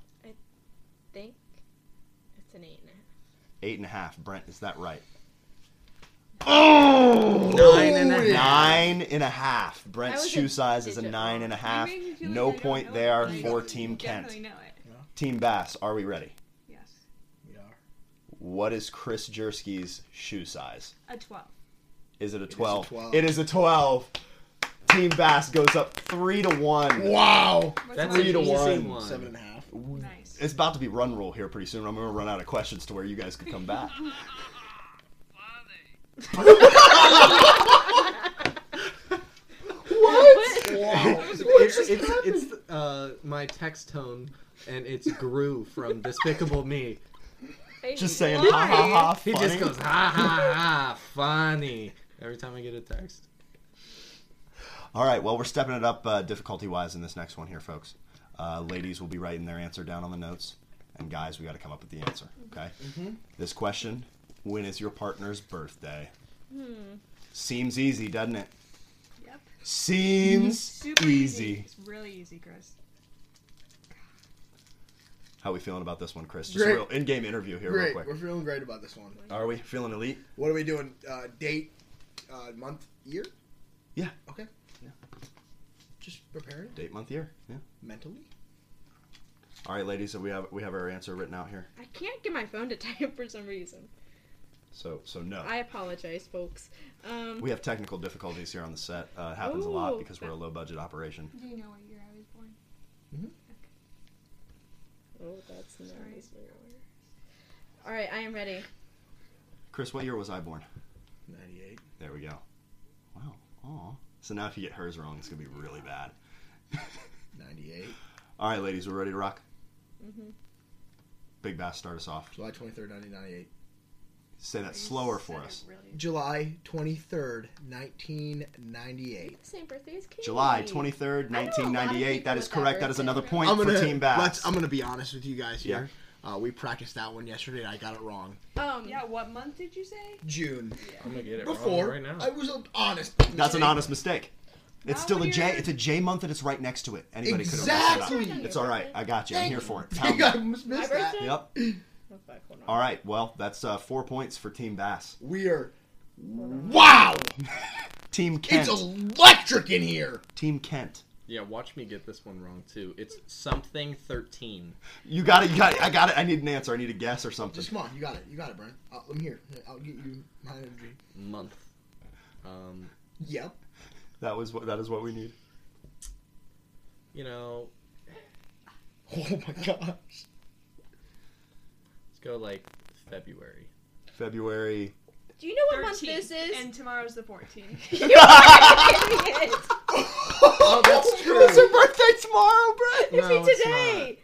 [SPEAKER 4] Think it's an eight and a half.
[SPEAKER 2] Eight and a half. Brent, is that right?
[SPEAKER 1] Nine and a
[SPEAKER 2] Nine and a half. Brent's
[SPEAKER 4] was
[SPEAKER 2] shoe
[SPEAKER 4] a
[SPEAKER 2] size is a
[SPEAKER 4] digit
[SPEAKER 2] nine and a half.
[SPEAKER 7] It makes me feel
[SPEAKER 2] No
[SPEAKER 7] like I don't
[SPEAKER 2] point
[SPEAKER 7] know
[SPEAKER 2] there
[SPEAKER 7] it.
[SPEAKER 2] for
[SPEAKER 7] You
[SPEAKER 2] Team
[SPEAKER 7] definitely
[SPEAKER 2] Kent.
[SPEAKER 7] know it.
[SPEAKER 2] Team Bass, are we ready?
[SPEAKER 7] Yes.
[SPEAKER 3] We are.
[SPEAKER 2] What is Chris Jersky's shoe size?
[SPEAKER 7] A 12.
[SPEAKER 2] Is it a
[SPEAKER 3] a
[SPEAKER 2] 12?
[SPEAKER 3] 12.
[SPEAKER 2] It is a 12. Team Bass goes up three to one.
[SPEAKER 3] Wow.
[SPEAKER 7] What's
[SPEAKER 1] That's
[SPEAKER 7] my
[SPEAKER 1] an
[SPEAKER 2] to
[SPEAKER 1] easy
[SPEAKER 2] one.
[SPEAKER 1] one.
[SPEAKER 3] Seven and a half.
[SPEAKER 7] Nice.
[SPEAKER 2] It's about to be run rule here pretty soon. I'm going to run out of questions to where you guys can come back.
[SPEAKER 1] It's, it's, it's uh, my text tone and it's Gru from Despicable Me.
[SPEAKER 2] Just saying, ha ha ha.
[SPEAKER 1] He
[SPEAKER 2] funny.
[SPEAKER 1] just goes ha ha ha funny every time I get a text.
[SPEAKER 2] All right, well, we're stepping it up uh, difficulty wise in this next one here, folks. Uh, ladies will be writing their answer down on the notes, and guys, we got to come up with the answer, okay? This question When is your partner's birthday?
[SPEAKER 4] Hmm.
[SPEAKER 2] Seems easy, doesn't it?
[SPEAKER 7] Yep.
[SPEAKER 2] Seems
[SPEAKER 7] Super
[SPEAKER 2] easy.
[SPEAKER 7] easy. It's really easy, Chris.
[SPEAKER 2] How we feeling about this one, Chris? Just
[SPEAKER 3] Great.
[SPEAKER 2] a real in game interview here,
[SPEAKER 3] Great.
[SPEAKER 2] real
[SPEAKER 3] We're
[SPEAKER 2] quick.
[SPEAKER 3] feeling great about this one.
[SPEAKER 2] Are we feeling elite?
[SPEAKER 3] What are we doing? Uh, date, uh, month, year?
[SPEAKER 2] Yeah.
[SPEAKER 3] Okay.
[SPEAKER 2] Yeah.
[SPEAKER 3] Just preparing
[SPEAKER 2] Date, month, year. Yeah.
[SPEAKER 3] mentally.
[SPEAKER 2] All right, ladies, so we have we have our answer written out here.
[SPEAKER 4] I can't get my phone to type for some reason.
[SPEAKER 2] So so no.
[SPEAKER 4] I apologize, folks. Um,
[SPEAKER 2] we have technical difficulties here on the set. Uh, it happens a lot
[SPEAKER 4] Ooh.
[SPEAKER 2] because we're a low budget operation.
[SPEAKER 7] Do you know what year I was born?
[SPEAKER 4] oh, that's not
[SPEAKER 7] Sorry.
[SPEAKER 4] as weird. All right, I am ready.
[SPEAKER 2] Chris, what year was I born?
[SPEAKER 3] 98.
[SPEAKER 2] There we go. Wow. Aw. So now if you get hers wrong, it's gonna be really bad.
[SPEAKER 3] 98.
[SPEAKER 2] All right, ladies, we're ready to rock.
[SPEAKER 4] Mhm.
[SPEAKER 2] Big Bass, start us off.
[SPEAKER 3] July 23rd, 1998.
[SPEAKER 2] Say that
[SPEAKER 7] You
[SPEAKER 2] slower for
[SPEAKER 7] said it
[SPEAKER 2] us.
[SPEAKER 7] Really.
[SPEAKER 3] July 23rd, 1998.
[SPEAKER 4] Same birthday as Katie.
[SPEAKER 2] July 23rd,
[SPEAKER 4] I know a lot of
[SPEAKER 2] 1998. That
[SPEAKER 4] people
[SPEAKER 2] is
[SPEAKER 4] with that
[SPEAKER 2] correct. That is
[SPEAKER 4] birthday.
[SPEAKER 2] another point
[SPEAKER 3] I'm gonna,
[SPEAKER 2] for Team Bass.
[SPEAKER 3] Let's, I'm gonna be honest with you guys
[SPEAKER 2] Yeah.
[SPEAKER 3] here. Uh, we practiced that one yesterday. and I got it wrong.
[SPEAKER 4] Um,
[SPEAKER 7] Yeah, what month did you say?
[SPEAKER 3] June
[SPEAKER 1] I'm gonna get it
[SPEAKER 3] before.
[SPEAKER 1] wrong right
[SPEAKER 3] I
[SPEAKER 1] now.
[SPEAKER 3] was an honest.
[SPEAKER 2] That's an
[SPEAKER 3] mistake.
[SPEAKER 2] honest mistake. It's
[SPEAKER 7] Not
[SPEAKER 2] still a
[SPEAKER 7] when
[SPEAKER 2] J.
[SPEAKER 7] you're-
[SPEAKER 2] It's a J month, and it's right next to it. Anybody could have
[SPEAKER 3] Exactly.
[SPEAKER 2] messed it up. It's all right. I got you. I'm
[SPEAKER 3] Thank
[SPEAKER 2] here
[SPEAKER 3] you.
[SPEAKER 2] for it.
[SPEAKER 3] You
[SPEAKER 2] Pound
[SPEAKER 3] guys
[SPEAKER 2] it.
[SPEAKER 3] missed
[SPEAKER 4] My
[SPEAKER 3] that.
[SPEAKER 4] birthday.
[SPEAKER 2] Yep.
[SPEAKER 4] Oh, fuck, hold on.
[SPEAKER 2] All right. Well, that's uh, four points for Team Bass.
[SPEAKER 3] We are. Wow!
[SPEAKER 2] Team Kent.
[SPEAKER 3] It's electric in here.
[SPEAKER 2] Team Kent.
[SPEAKER 1] Yeah, watch me get this one wrong too. It's something thirteen.
[SPEAKER 2] You got it. You got it. I got it. I need an answer. I need a guess or something.
[SPEAKER 3] Just come on, you got it. You got it, Brent. Uh, I'm here. I'll get you my energy.
[SPEAKER 1] month. Um,
[SPEAKER 3] Yep.
[SPEAKER 2] That was what. That is what we need.
[SPEAKER 1] you know,
[SPEAKER 3] Oh my gosh.
[SPEAKER 1] let's go like February.
[SPEAKER 2] February.
[SPEAKER 4] Do you know what month
[SPEAKER 7] 13th,
[SPEAKER 4] this is?
[SPEAKER 7] And tomorrow's the 14th.
[SPEAKER 3] Oh, that's true.
[SPEAKER 2] It's her birthday tomorrow, Brett.
[SPEAKER 4] It's
[SPEAKER 1] No,
[SPEAKER 4] me
[SPEAKER 1] it's
[SPEAKER 4] today.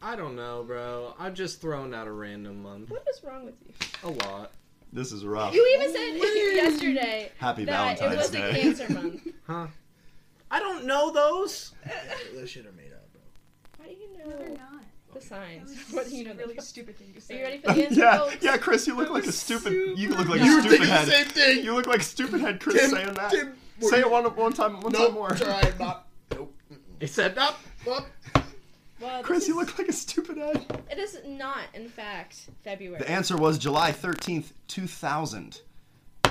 [SPEAKER 1] I don't know, bro. I'm just throwing out a random month.
[SPEAKER 4] What is wrong with you?
[SPEAKER 1] A lot,
[SPEAKER 2] This is rough.
[SPEAKER 4] You even said yesterday
[SPEAKER 2] Oh. Happy
[SPEAKER 4] that it
[SPEAKER 2] Valentine's
[SPEAKER 4] was
[SPEAKER 2] Day.
[SPEAKER 4] a cancer month.
[SPEAKER 1] huh? I don't know those.
[SPEAKER 3] Those shit are made up, bro.
[SPEAKER 4] How do you
[SPEAKER 7] no, they're
[SPEAKER 4] know the
[SPEAKER 7] not. That was
[SPEAKER 4] signs?
[SPEAKER 7] just
[SPEAKER 4] What do you know?
[SPEAKER 7] a really
[SPEAKER 4] the-
[SPEAKER 7] stupid thing to say.
[SPEAKER 4] Are you ready for the answer?
[SPEAKER 2] yeah,
[SPEAKER 4] folks?
[SPEAKER 2] yeah, Chris, you look
[SPEAKER 7] That
[SPEAKER 2] like a
[SPEAKER 7] was
[SPEAKER 2] stupid.
[SPEAKER 7] super
[SPEAKER 2] You look like
[SPEAKER 7] dumb.
[SPEAKER 2] a
[SPEAKER 3] You were
[SPEAKER 2] stupid
[SPEAKER 3] thinking
[SPEAKER 2] head.
[SPEAKER 3] the same thing.
[SPEAKER 2] You look like stupid head Chris
[SPEAKER 3] Tim-
[SPEAKER 2] saying that.
[SPEAKER 3] Tim-
[SPEAKER 2] Say it one one time, one
[SPEAKER 3] nope,
[SPEAKER 2] time more.
[SPEAKER 3] Sorry, Bob. Nope.
[SPEAKER 1] It said up.
[SPEAKER 3] Bob.
[SPEAKER 4] Well, this
[SPEAKER 2] Chris, you
[SPEAKER 4] is-
[SPEAKER 2] look like a stupid head.
[SPEAKER 4] It is not, in fact, February.
[SPEAKER 2] The answer was July 13th, 2000.
[SPEAKER 1] I,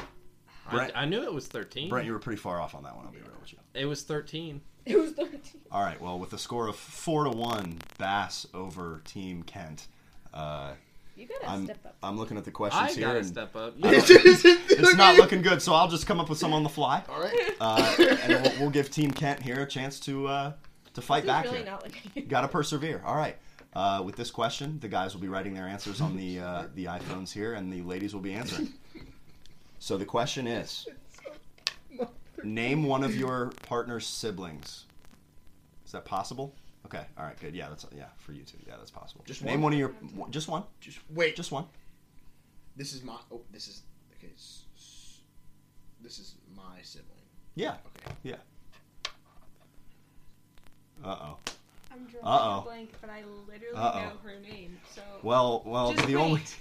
[SPEAKER 2] Brent.
[SPEAKER 1] I knew it was thirteen.
[SPEAKER 2] Brent, you were pretty far off on that one, I'll be real with you.
[SPEAKER 1] It was thirteen.
[SPEAKER 4] It was 13.
[SPEAKER 2] All right, well, with a score of 4 to 1, Bass over Team Kent. Uh,
[SPEAKER 4] You gotta
[SPEAKER 2] I'm,
[SPEAKER 4] step up.
[SPEAKER 2] I'm looking at the
[SPEAKER 1] I
[SPEAKER 2] questions here.
[SPEAKER 1] gotta
[SPEAKER 2] and
[SPEAKER 1] step up.
[SPEAKER 2] It's not looking good, so I'll just come up with some on the fly.
[SPEAKER 3] All right.
[SPEAKER 2] Uh, and we'll, we'll give Team Kent here a chance to uh, to fight
[SPEAKER 4] This is
[SPEAKER 2] back
[SPEAKER 4] really
[SPEAKER 2] here.
[SPEAKER 4] not looking.
[SPEAKER 2] Got to persevere. All right. Uh, with this question, the guys will be writing their answers on the uh, the iPhones here, and the ladies will be answering. So the question is: Name one of your partner's siblings. Is that possible? Okay. All right. Good. Yeah. That's yeah for you two. Yeah, that's possible.
[SPEAKER 3] Just
[SPEAKER 2] name
[SPEAKER 3] one?
[SPEAKER 2] one of your one- just one.
[SPEAKER 3] Just wait.
[SPEAKER 2] Just one.
[SPEAKER 3] This is my. Oh, this is. Okay. s- s- This is my sibling.
[SPEAKER 2] Yeah.
[SPEAKER 3] Okay.
[SPEAKER 2] Yeah. Uh oh.
[SPEAKER 7] I'm drawing
[SPEAKER 2] Uh-oh.
[SPEAKER 7] a blank, but I literally
[SPEAKER 2] Uh-oh.
[SPEAKER 7] know her name. So
[SPEAKER 2] Well, well,
[SPEAKER 7] Just
[SPEAKER 2] the only.
[SPEAKER 7] wait.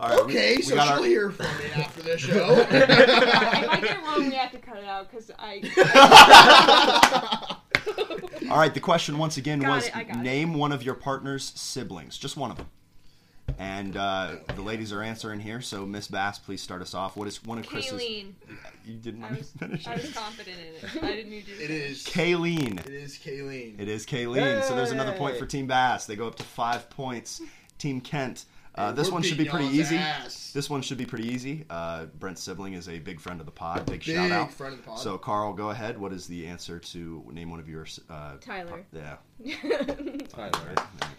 [SPEAKER 2] All right, we-
[SPEAKER 3] Okay,
[SPEAKER 2] we
[SPEAKER 3] so
[SPEAKER 2] got
[SPEAKER 3] she'll
[SPEAKER 2] our-
[SPEAKER 3] hear from me after the
[SPEAKER 7] if I
[SPEAKER 3] show.
[SPEAKER 7] get it wrong, we have to cut it out because I.
[SPEAKER 2] All right, the question once again
[SPEAKER 7] Got
[SPEAKER 2] was
[SPEAKER 7] it, I got it.
[SPEAKER 2] name one of your partner's siblings, just one of them. And uh, the ladies are answering here, so Miss Bass, please start us off. What is one of Chris's?
[SPEAKER 7] Kayleen.
[SPEAKER 2] You didn't
[SPEAKER 7] I
[SPEAKER 2] want
[SPEAKER 7] was,
[SPEAKER 2] to finish
[SPEAKER 7] I was
[SPEAKER 2] it.
[SPEAKER 7] confident in it. I didn't need you to.
[SPEAKER 3] it
[SPEAKER 7] say
[SPEAKER 3] is.
[SPEAKER 2] Kayleen.
[SPEAKER 3] It is Kayleen.
[SPEAKER 2] It is Kayleen. So there's another point
[SPEAKER 1] Yay.
[SPEAKER 2] for Team Bass. They go up to five points. Team Kent. Uh, this
[SPEAKER 3] We're
[SPEAKER 2] one should be
[SPEAKER 3] beating
[SPEAKER 2] pretty
[SPEAKER 3] y'all's
[SPEAKER 2] easy.
[SPEAKER 3] ass.
[SPEAKER 2] This one should be pretty easy. Uh, Brent's sibling is a big friend of the pod. Big,
[SPEAKER 3] Big
[SPEAKER 2] shout out.
[SPEAKER 3] friend of the pod.
[SPEAKER 2] So Carl, go ahead. What is the answer to name one of your uh,
[SPEAKER 4] Tyler.
[SPEAKER 2] par- yeah.
[SPEAKER 1] Tyler.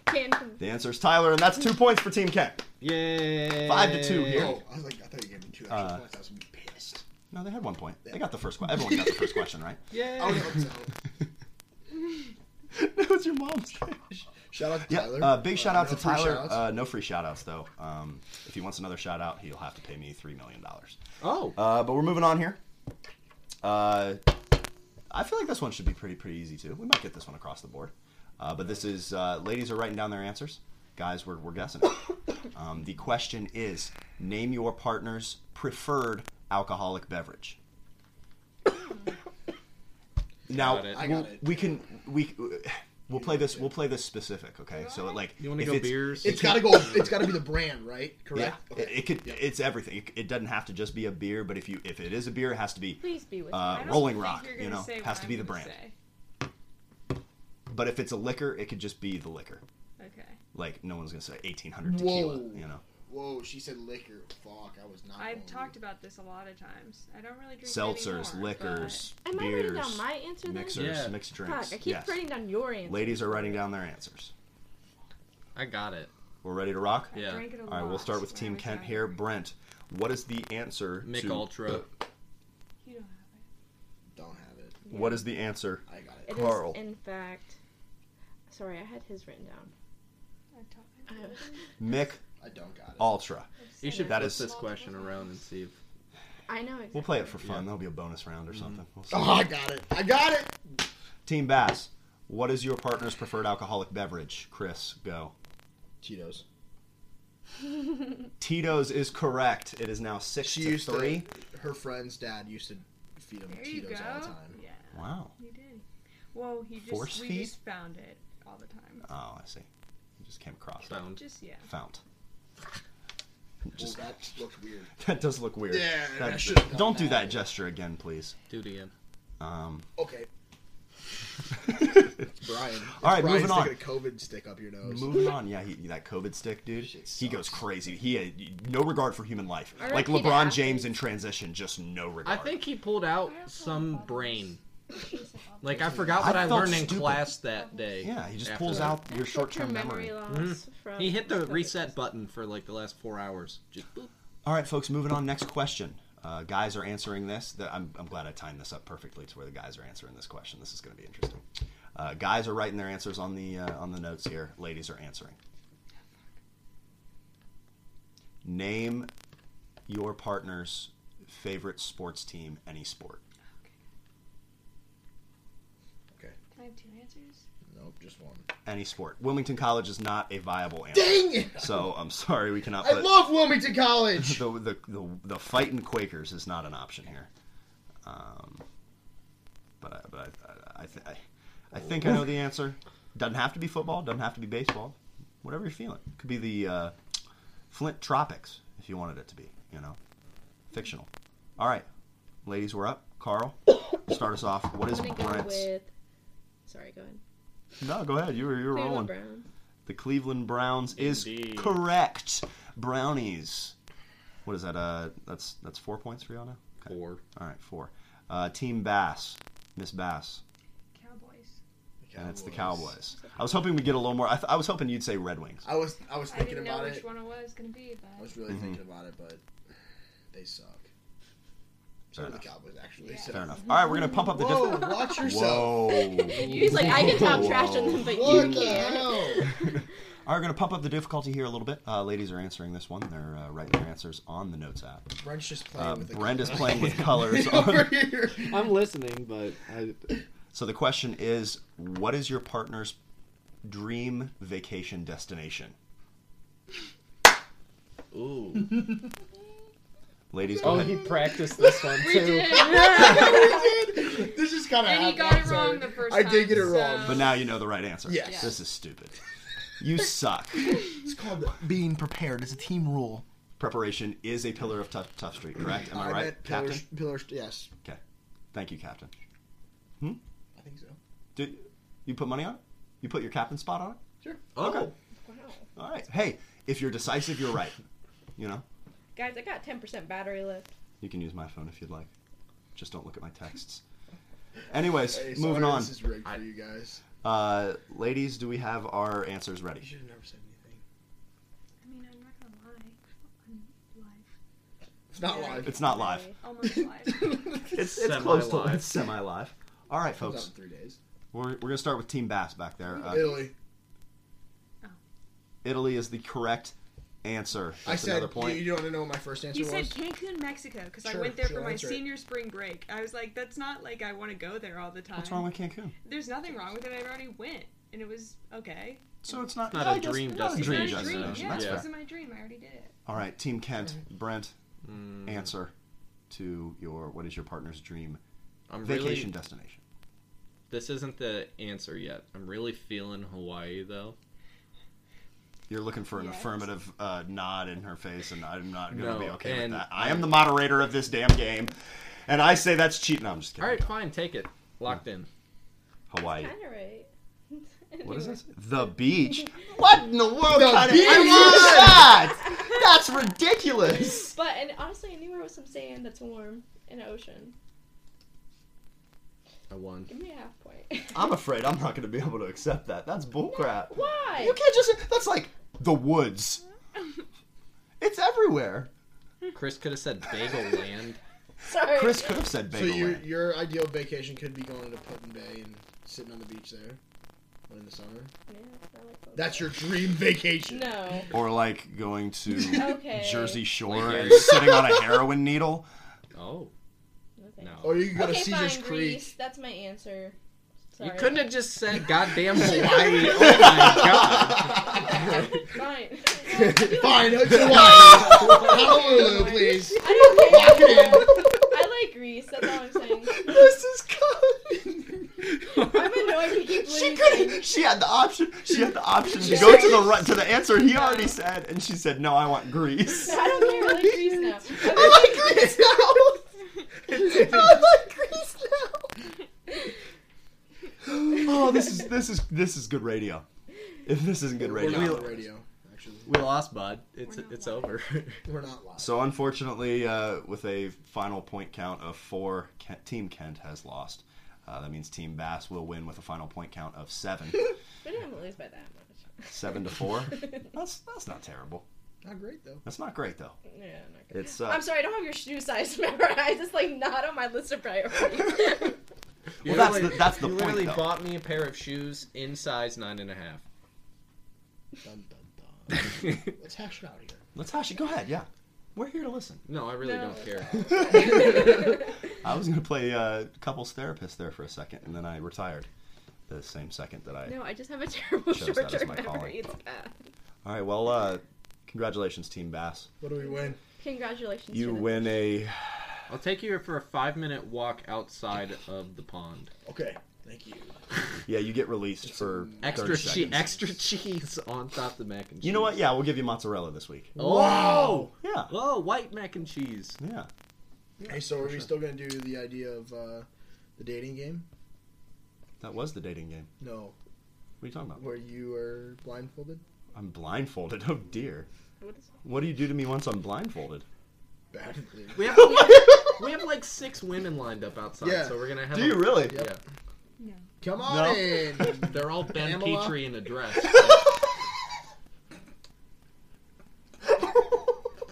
[SPEAKER 4] Can
[SPEAKER 2] The answer is Tyler, and that's two points for Team Kent.
[SPEAKER 1] Yay.
[SPEAKER 2] Five to two here.
[SPEAKER 3] Oh, I was like, I thought you gave me two extra
[SPEAKER 2] Uh,
[SPEAKER 3] points. I was gonna be pissed.
[SPEAKER 2] No, they had one point. They got the first question. Everyone got the Oh, first question, right?
[SPEAKER 1] Yay.
[SPEAKER 3] I was upset.
[SPEAKER 2] that was your mom's.
[SPEAKER 3] Shout out to
[SPEAKER 2] Yeah,
[SPEAKER 3] Tyler.
[SPEAKER 2] uh, big shout out
[SPEAKER 3] no
[SPEAKER 2] to
[SPEAKER 3] free
[SPEAKER 2] Tyler.
[SPEAKER 3] shout-outs.
[SPEAKER 2] Uh, no free shout outs, though. Um, if he wants another shout out, he'll have to pay me $3 million.
[SPEAKER 1] Oh,
[SPEAKER 2] Uh, but we're moving on here. Uh, I feel like this one should be pretty pretty easy too. We might get this one across the board. Uh, but this is uh, ladies are writing down their answers. Guys, we're, we're guessing it. Um, the question is: Name your partner's preferred alcoholic beverage. now
[SPEAKER 1] Got it.
[SPEAKER 3] I
[SPEAKER 2] we'll-
[SPEAKER 3] got it.
[SPEAKER 2] we can we we'll play this we'll play this specific. Okay, so like
[SPEAKER 1] you want to
[SPEAKER 2] if
[SPEAKER 1] go
[SPEAKER 2] it's-
[SPEAKER 1] beers?
[SPEAKER 3] it's gotta go. It's gotta be the brand, right?
[SPEAKER 2] Yeah,
[SPEAKER 3] Correct.
[SPEAKER 2] it, it could. It's everything. It, it doesn't have to just be a beer, but if you if it is a beer, it has to be
[SPEAKER 4] Please be with
[SPEAKER 2] Uh,
[SPEAKER 4] me.
[SPEAKER 7] I don't
[SPEAKER 2] Rolling
[SPEAKER 7] think
[SPEAKER 2] Rock,
[SPEAKER 7] you're
[SPEAKER 2] you
[SPEAKER 7] gonna
[SPEAKER 2] know,
[SPEAKER 7] say
[SPEAKER 2] has
[SPEAKER 7] what
[SPEAKER 2] to be
[SPEAKER 7] I'm
[SPEAKER 2] the
[SPEAKER 7] gonna
[SPEAKER 2] brand. But if it's a liquor, it could just be the liquor.
[SPEAKER 7] say. Okay.
[SPEAKER 2] Like no one's gonna say eighteen hundred tequila.
[SPEAKER 3] Whoa.
[SPEAKER 2] You know,
[SPEAKER 3] Whoa, she said liquor. Fuck, I was not.
[SPEAKER 7] I've
[SPEAKER 3] going
[SPEAKER 7] talked
[SPEAKER 3] with
[SPEAKER 7] about this a lot of times. I don't really drink
[SPEAKER 2] seltzers,
[SPEAKER 7] anymore,
[SPEAKER 2] liquors,
[SPEAKER 4] Am I writing
[SPEAKER 2] beers,
[SPEAKER 4] down my answer then?
[SPEAKER 2] mixers,
[SPEAKER 1] Yeah.
[SPEAKER 2] mixed
[SPEAKER 4] Fuck,
[SPEAKER 2] drinks.
[SPEAKER 4] I keep
[SPEAKER 2] yes,
[SPEAKER 4] writing down your answer.
[SPEAKER 2] ladies are writing down their answers.
[SPEAKER 1] I got it.
[SPEAKER 2] We're ready to rock.
[SPEAKER 7] but I
[SPEAKER 1] Yeah.
[SPEAKER 7] drank it a
[SPEAKER 2] All right, we'll
[SPEAKER 7] lot
[SPEAKER 2] start with
[SPEAKER 7] when I
[SPEAKER 2] Team
[SPEAKER 7] was
[SPEAKER 2] Kent
[SPEAKER 7] younger.
[SPEAKER 2] here. Brent, what is the answer
[SPEAKER 1] Mick
[SPEAKER 2] to
[SPEAKER 1] Ultra.
[SPEAKER 7] You don't have
[SPEAKER 3] it. Don't have it.
[SPEAKER 2] What is the answer?
[SPEAKER 3] I got it.
[SPEAKER 4] It is,
[SPEAKER 2] Carl.
[SPEAKER 4] in fact. Sorry, I had his written down.
[SPEAKER 7] it. I talk-
[SPEAKER 4] I have-
[SPEAKER 2] Mick
[SPEAKER 3] I don't got it.
[SPEAKER 2] Ultra.
[SPEAKER 1] You should
[SPEAKER 2] That
[SPEAKER 1] flip
[SPEAKER 2] is-
[SPEAKER 1] this question around and see. If...
[SPEAKER 4] I know exactly.
[SPEAKER 2] We'll play it for fun.
[SPEAKER 1] Yeah.
[SPEAKER 2] There'll be a bonus round or something. We'll see.
[SPEAKER 3] Oh, I got it. I got it.
[SPEAKER 2] Team Bass, what is your partner's preferred alcoholic beverage? Chris, go.
[SPEAKER 3] Cheetos.
[SPEAKER 2] Tito's is correct. It is now six
[SPEAKER 3] She
[SPEAKER 2] to
[SPEAKER 3] used
[SPEAKER 2] three.
[SPEAKER 3] to. Her friend's dad used to feed him
[SPEAKER 7] There you
[SPEAKER 3] Cheetos
[SPEAKER 7] go.
[SPEAKER 3] all the time.
[SPEAKER 7] Yeah,
[SPEAKER 2] Wow.
[SPEAKER 7] you did. Well, he just
[SPEAKER 2] Force
[SPEAKER 7] we
[SPEAKER 2] feed?
[SPEAKER 7] just found it all the time.
[SPEAKER 2] Oh, I see. I just came across that.
[SPEAKER 1] Found.
[SPEAKER 7] Just yeah.
[SPEAKER 2] Fount.
[SPEAKER 3] Well,
[SPEAKER 2] Just
[SPEAKER 3] that looked weird.
[SPEAKER 2] that does look weird.
[SPEAKER 3] Yeah,
[SPEAKER 2] That-
[SPEAKER 3] I should've done
[SPEAKER 2] don't do
[SPEAKER 3] that.
[SPEAKER 2] that gesture again, please.
[SPEAKER 1] Do it again.
[SPEAKER 2] Um,
[SPEAKER 3] Okay, Brian.
[SPEAKER 2] All right,
[SPEAKER 3] Brian's
[SPEAKER 2] moving on.
[SPEAKER 3] sticking a COVID stick up your nose.
[SPEAKER 2] moving on. Yeah, he, that COVID stick, dude.
[SPEAKER 3] Shit
[SPEAKER 2] He goes
[SPEAKER 3] sucks.
[SPEAKER 2] crazy. He had no regard for human life.
[SPEAKER 4] I
[SPEAKER 2] Like
[SPEAKER 4] repeat
[SPEAKER 2] LeBron
[SPEAKER 4] it.
[SPEAKER 2] James in transition, just no
[SPEAKER 1] I
[SPEAKER 2] regard.
[SPEAKER 1] think he pulled out some brain. Like I forgot what
[SPEAKER 2] I
[SPEAKER 1] I,
[SPEAKER 2] felt
[SPEAKER 1] learned
[SPEAKER 2] stupid.
[SPEAKER 1] in class that day.
[SPEAKER 2] Yeah, he just
[SPEAKER 1] after
[SPEAKER 2] pulls
[SPEAKER 1] that.
[SPEAKER 2] out your short-term memory.
[SPEAKER 4] loss from
[SPEAKER 1] Mm-hmm. He hit the
[SPEAKER 4] COVID.
[SPEAKER 1] reset button for like the last four hours. Just boop.
[SPEAKER 2] All right, folks, moving on. Next question. Uh, guys are answering this. The- I'm, I'm glad I timed this up perfectly to where the guys are answering this question. This is going to be interesting. Uh, guys are writing their answers on the uh, on the notes here. Ladies are answering. Name your partner's favorite sports team, any sport.
[SPEAKER 7] Can I have two answers?
[SPEAKER 3] Nope, just one.
[SPEAKER 2] Any sport. Wilmington College is not a viable answer.
[SPEAKER 3] Dang it!
[SPEAKER 2] So I'm sorry, we cannot
[SPEAKER 3] I
[SPEAKER 2] put
[SPEAKER 3] love Wilmington College.
[SPEAKER 2] the, the the the fighting Quakers is not an option here. Um, but I, but I I, I, th- I I think I know the answer. Doesn't have to be football. Doesn't have to be baseball. Whatever you're feeling. Could be the uh, Flint Tropics if you wanted it to be. You know, fictional. All right, ladies, we're up. Carl, start us off. What is
[SPEAKER 4] I'm gonna go
[SPEAKER 2] Brent's?
[SPEAKER 4] with. Sorry, go ahead.
[SPEAKER 2] No, go ahead. You were you were
[SPEAKER 4] Cleveland
[SPEAKER 2] rolling.
[SPEAKER 4] Browns.
[SPEAKER 2] The Cleveland Browns is
[SPEAKER 1] Indeed.
[SPEAKER 2] correct. Brownies. What is that? Uh, that's that's four points for y'all now. Okay.
[SPEAKER 1] Four.
[SPEAKER 2] All right, four. Uh, Team Bass, Miss Bass,
[SPEAKER 7] Cowboys.
[SPEAKER 2] and it's the Cowboys. I was hoping we would get a little more. I, th- I was hoping you'd say Red Wings.
[SPEAKER 3] I was I was
[SPEAKER 7] I
[SPEAKER 3] thinking
[SPEAKER 7] didn't know
[SPEAKER 3] about
[SPEAKER 7] which
[SPEAKER 3] it.
[SPEAKER 7] one it was gonna be,
[SPEAKER 3] I
[SPEAKER 7] but
[SPEAKER 3] was
[SPEAKER 2] Mm-hmm.
[SPEAKER 3] really thinking about it, but they suck. So
[SPEAKER 2] Fair
[SPEAKER 3] do the
[SPEAKER 2] enough.
[SPEAKER 3] Cowboys actually.
[SPEAKER 7] Yeah.
[SPEAKER 3] So.
[SPEAKER 2] Fair enough. All right, we're gonna pump up the
[SPEAKER 3] Whoa,
[SPEAKER 2] different.
[SPEAKER 3] watch yourself.
[SPEAKER 2] Whoa.
[SPEAKER 4] He's like, I can talk trash on them, but
[SPEAKER 3] What
[SPEAKER 4] you
[SPEAKER 3] the
[SPEAKER 4] can't.
[SPEAKER 3] hell?
[SPEAKER 2] All right, we're gonna pump up the difficulty here a little bit. Uh, ladies are answering this one. They're uh, writing their answers on the notes app.
[SPEAKER 3] Brent's just playing
[SPEAKER 2] Uh,
[SPEAKER 3] with. the
[SPEAKER 2] Brent is
[SPEAKER 3] colors.
[SPEAKER 2] playing with colors.
[SPEAKER 3] over
[SPEAKER 2] on-
[SPEAKER 3] here.
[SPEAKER 1] I'm listening, but I,
[SPEAKER 2] So the question is, what is your partner's dream vacation destination?
[SPEAKER 1] ooh.
[SPEAKER 2] Ladies, go
[SPEAKER 1] Oh,
[SPEAKER 2] ahead.
[SPEAKER 1] he practiced this one
[SPEAKER 7] we
[SPEAKER 1] too.
[SPEAKER 7] did.
[SPEAKER 3] This is kind of.
[SPEAKER 7] And he got it wrong the first
[SPEAKER 3] I did
[SPEAKER 7] time,
[SPEAKER 3] get it wrong.
[SPEAKER 7] so-
[SPEAKER 2] But now you know the right answer.
[SPEAKER 3] Yes. Yeah.
[SPEAKER 2] This is stupid. You suck.
[SPEAKER 3] It's called being prepared. It's a team rule.
[SPEAKER 2] Preparation is a pillar of tough, tough street, correct? Am I, right,
[SPEAKER 3] meant
[SPEAKER 2] Captain?
[SPEAKER 3] Pillars, pillars, yes.
[SPEAKER 2] Thank you, Captain.
[SPEAKER 3] I think so.
[SPEAKER 2] Did you put money on it? You put your captain spot on it?
[SPEAKER 1] Oh,
[SPEAKER 4] Wow.
[SPEAKER 2] All right. Hey, if you're decisive, you're right. You know,
[SPEAKER 4] Guys, I got 10% battery left.
[SPEAKER 2] you can use my phone if you'd like. Just don't look at my texts. Anyways,
[SPEAKER 3] Hey,
[SPEAKER 2] moving
[SPEAKER 3] sorry,
[SPEAKER 2] on.
[SPEAKER 3] This is rigged
[SPEAKER 1] I-
[SPEAKER 3] for you guys.
[SPEAKER 2] Uh, ladies, do we have our answers
[SPEAKER 3] You
[SPEAKER 2] ready?
[SPEAKER 3] should have never said anything.
[SPEAKER 7] I mean, I'm not gonna lie.
[SPEAKER 3] It's not live.
[SPEAKER 2] It's not live.
[SPEAKER 7] I'm live. Almost live.
[SPEAKER 2] It's, it's close to
[SPEAKER 1] Semi-live.
[SPEAKER 2] it's semi live. All right,
[SPEAKER 3] Comes out
[SPEAKER 2] folks.
[SPEAKER 3] in three days.
[SPEAKER 2] Uh, We're, we're going to start with Team Bass back there. Uh,
[SPEAKER 3] Italy.
[SPEAKER 2] Italy is the correct answer.
[SPEAKER 3] I
[SPEAKER 2] That's another
[SPEAKER 3] said, you,
[SPEAKER 2] point.
[SPEAKER 3] you don't know what my first answer
[SPEAKER 7] You
[SPEAKER 3] was?
[SPEAKER 7] said Cancun, Mexico, because I
[SPEAKER 3] Sure,
[SPEAKER 7] went there
[SPEAKER 3] sure,
[SPEAKER 7] for my
[SPEAKER 3] that's right.
[SPEAKER 7] senior spring break. I was like, that's not like I want to go there all the time.
[SPEAKER 2] What's wrong with Cancun?
[SPEAKER 7] There's nothing wrong with it. I already went, and it was okay.
[SPEAKER 2] So it's not,
[SPEAKER 1] Not
[SPEAKER 2] I
[SPEAKER 1] a
[SPEAKER 2] guess-
[SPEAKER 1] dream
[SPEAKER 2] not a
[SPEAKER 1] destination.
[SPEAKER 2] dream
[SPEAKER 7] It's not a dream.
[SPEAKER 2] destination.
[SPEAKER 7] Yeah,
[SPEAKER 2] That's
[SPEAKER 7] it
[SPEAKER 2] fair.
[SPEAKER 7] wasn't my dream. I already did it.
[SPEAKER 2] All right, Team Kent, Brent,
[SPEAKER 1] Mm, Mm-hmm.
[SPEAKER 2] answer to your what is your partner's dream
[SPEAKER 1] I'm
[SPEAKER 2] vacation
[SPEAKER 1] really.
[SPEAKER 2] destination?
[SPEAKER 1] This isn't the answer yet. I'm really feeling Hawaii though.
[SPEAKER 2] You're looking for an
[SPEAKER 7] Yes.
[SPEAKER 2] affirmative uh, nod in her face, and I'm not going
[SPEAKER 1] No,
[SPEAKER 2] to be okay with
[SPEAKER 1] and
[SPEAKER 2] that. I am the moderator of this damn game, and I say that's cheating. No, I'm just
[SPEAKER 1] All
[SPEAKER 2] kidding.
[SPEAKER 1] right, fine, take it. Locked in.
[SPEAKER 2] Hawaii.
[SPEAKER 4] Kind of right.
[SPEAKER 2] What is
[SPEAKER 4] Anyway.
[SPEAKER 2] this? The beach. What in the world?
[SPEAKER 3] The
[SPEAKER 2] kind of
[SPEAKER 3] beach!
[SPEAKER 2] answer is that? That's ridiculous.
[SPEAKER 4] But and honestly, anywhere with some sand that's warm and ocean.
[SPEAKER 1] I won.
[SPEAKER 4] Give me a half point.
[SPEAKER 2] I'm afraid I'm not going to be able to accept that. That's bullcrap.
[SPEAKER 4] Why?
[SPEAKER 2] You can't just. That's like the woods. It's everywhere.
[SPEAKER 1] Chris could have said Bagel Land.
[SPEAKER 4] Sorry.
[SPEAKER 2] Chris could have said
[SPEAKER 3] So
[SPEAKER 2] bagel.
[SPEAKER 3] your
[SPEAKER 2] land.
[SPEAKER 3] your ideal vacation could be going to Putin Bay and sitting on the beach there in the summer.
[SPEAKER 4] Yeah, I like those.
[SPEAKER 3] That's your dream vacation.
[SPEAKER 4] No.
[SPEAKER 2] Or like going to
[SPEAKER 4] Okay.
[SPEAKER 2] Jersey Shore
[SPEAKER 1] Like
[SPEAKER 2] and
[SPEAKER 1] Harry.
[SPEAKER 2] sitting on a heroin needle.
[SPEAKER 1] Oh
[SPEAKER 4] Okay.
[SPEAKER 1] no.
[SPEAKER 3] Or you could go
[SPEAKER 4] okay,
[SPEAKER 3] to Caesar's
[SPEAKER 4] fine,
[SPEAKER 3] Creek.
[SPEAKER 4] Greece. That's my answer. Sorry.
[SPEAKER 1] You couldn't have just said goddamn Hawaii. oh my god.
[SPEAKER 4] Fine.
[SPEAKER 3] Fine, it's Hawaii. Honolulu, please.
[SPEAKER 4] I don't care.
[SPEAKER 3] Lock it
[SPEAKER 4] I like Greece. That's all I'm saying.
[SPEAKER 2] This is good.
[SPEAKER 4] I'm annoyed we keep
[SPEAKER 2] She
[SPEAKER 4] losing.
[SPEAKER 2] could. She had the option. She had the option to
[SPEAKER 4] She
[SPEAKER 2] go
[SPEAKER 4] said-
[SPEAKER 2] to the right to the answer he already said, and she said, "No, I want Greece."
[SPEAKER 4] I don't care. I like Greece now. Okay.
[SPEAKER 2] I like Greece now. I like Greece now. oh, this is this is this is good radio. If this isn't good
[SPEAKER 3] We're
[SPEAKER 2] radio,
[SPEAKER 3] not on the radio, actually.
[SPEAKER 1] We lost, bud. It's
[SPEAKER 7] We're not
[SPEAKER 1] it's
[SPEAKER 7] live.
[SPEAKER 1] over.
[SPEAKER 3] We're not live.
[SPEAKER 2] So unfortunately, uh, with a final point count of four, Kent, Team Kent has lost. Uh, that means Team Bass will win with a final point count of seven,
[SPEAKER 4] We didn't lose by that much.
[SPEAKER 2] seven to four. That's that's not terrible.
[SPEAKER 3] Not great though.
[SPEAKER 2] That's not great though.
[SPEAKER 4] Yeah, not good.
[SPEAKER 2] It's uh,
[SPEAKER 4] I'm sorry, I don't have your shoe size memorized. It's like not on my list of priorities.
[SPEAKER 2] well, that's the, that's the
[SPEAKER 1] you
[SPEAKER 2] point
[SPEAKER 1] literally
[SPEAKER 2] though.
[SPEAKER 1] bought me a pair of shoes in size nine and a half.
[SPEAKER 3] Dun, dun, dun. Let's hash it out here.
[SPEAKER 2] Let's hash it. Go ahead. Yeah, we're here to listen.
[SPEAKER 1] no, I really
[SPEAKER 4] No.
[SPEAKER 1] don't care.
[SPEAKER 2] I was gonna play uh, couples therapist there for a second, and then I retired. The same second that I.
[SPEAKER 4] no, I just have a terrible
[SPEAKER 2] Shows that
[SPEAKER 4] short
[SPEAKER 2] as
[SPEAKER 4] term
[SPEAKER 2] my
[SPEAKER 4] memory.
[SPEAKER 2] calling.
[SPEAKER 4] It's bad.
[SPEAKER 2] All right. Well, uh, congratulations, Team Bass.
[SPEAKER 3] What do we win?
[SPEAKER 4] Congratulations.
[SPEAKER 2] You
[SPEAKER 4] to the-
[SPEAKER 2] win a
[SPEAKER 1] I'll take you for a five minute walk outside of the pond.
[SPEAKER 3] Okay, thank you.
[SPEAKER 2] yeah. You get released for 30
[SPEAKER 1] Extra cheese,
[SPEAKER 2] seconds.
[SPEAKER 1] extra cheese on top of the mac and cheese.
[SPEAKER 2] You know what? Yeah, we'll give you mozzarella this week.
[SPEAKER 1] Oh,
[SPEAKER 3] Wow.
[SPEAKER 2] Yeah.
[SPEAKER 1] oh, white mac and cheese.
[SPEAKER 2] Yeah.
[SPEAKER 3] Hey, so are we still gonna do the idea of uh, the dating game?
[SPEAKER 2] That was the dating game.
[SPEAKER 3] No,
[SPEAKER 2] What are you talking about?
[SPEAKER 3] where you are blindfolded.
[SPEAKER 2] I'm blindfolded. Oh dear.
[SPEAKER 4] What is-
[SPEAKER 2] What do you do to me once I'm blindfolded?
[SPEAKER 3] Badly.
[SPEAKER 1] We have we have like six women lined up outside,
[SPEAKER 3] Yeah.
[SPEAKER 1] so we're gonna have.
[SPEAKER 2] Do
[SPEAKER 1] a-
[SPEAKER 2] you really?
[SPEAKER 1] Yeah,
[SPEAKER 3] Come on
[SPEAKER 2] No.
[SPEAKER 3] in.
[SPEAKER 1] they're all Ben
[SPEAKER 3] Pamela?
[SPEAKER 1] Petrie in a dress.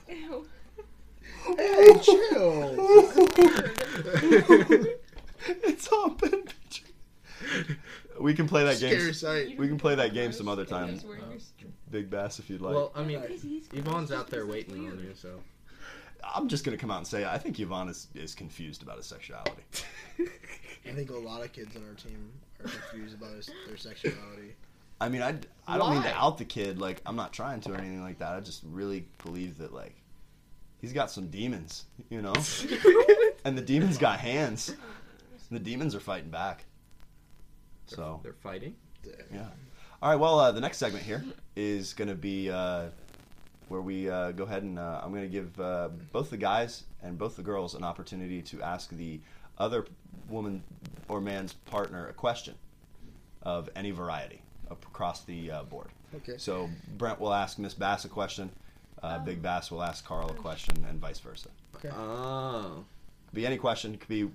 [SPEAKER 7] Ew.
[SPEAKER 3] hey, chill.
[SPEAKER 2] it's all been pictured. We can play that game.
[SPEAKER 3] Scary sight.
[SPEAKER 2] We can play that game some other
[SPEAKER 7] Gross. And
[SPEAKER 2] time.
[SPEAKER 7] he's wearing your string.
[SPEAKER 2] Big Bass, if you'd like.
[SPEAKER 1] well, I mean,
[SPEAKER 3] Right.
[SPEAKER 1] Yvonne's out there waiting on you, so.
[SPEAKER 2] I'm just gonna come out and say I think Yvonne is, is confused about his sexuality.
[SPEAKER 3] I think a lot of kids on our team are confused about his, their sexuality.
[SPEAKER 2] I mean, I, I don't mean
[SPEAKER 1] Why?
[SPEAKER 2] to out the kid. Like, I'm not trying to or anything like that. I just really believe that, like, he's got some demons, you know? and the demons got hands. The demons are fighting back. So,
[SPEAKER 1] They're fighting.
[SPEAKER 2] yeah. All right, well, uh, the next segment here is going to be uh, where we uh, go ahead and uh, I'm going to give uh, both the guys and both the girls an opportunity to ask the other woman or man's partner a question of any variety across the uh, board.
[SPEAKER 3] Okay.
[SPEAKER 2] So Brent will ask Miss Bass a question. Uh, Big Bass will ask Carl a question, and vice versa.
[SPEAKER 3] Okay.
[SPEAKER 1] Oh.
[SPEAKER 2] Be any question. It could be,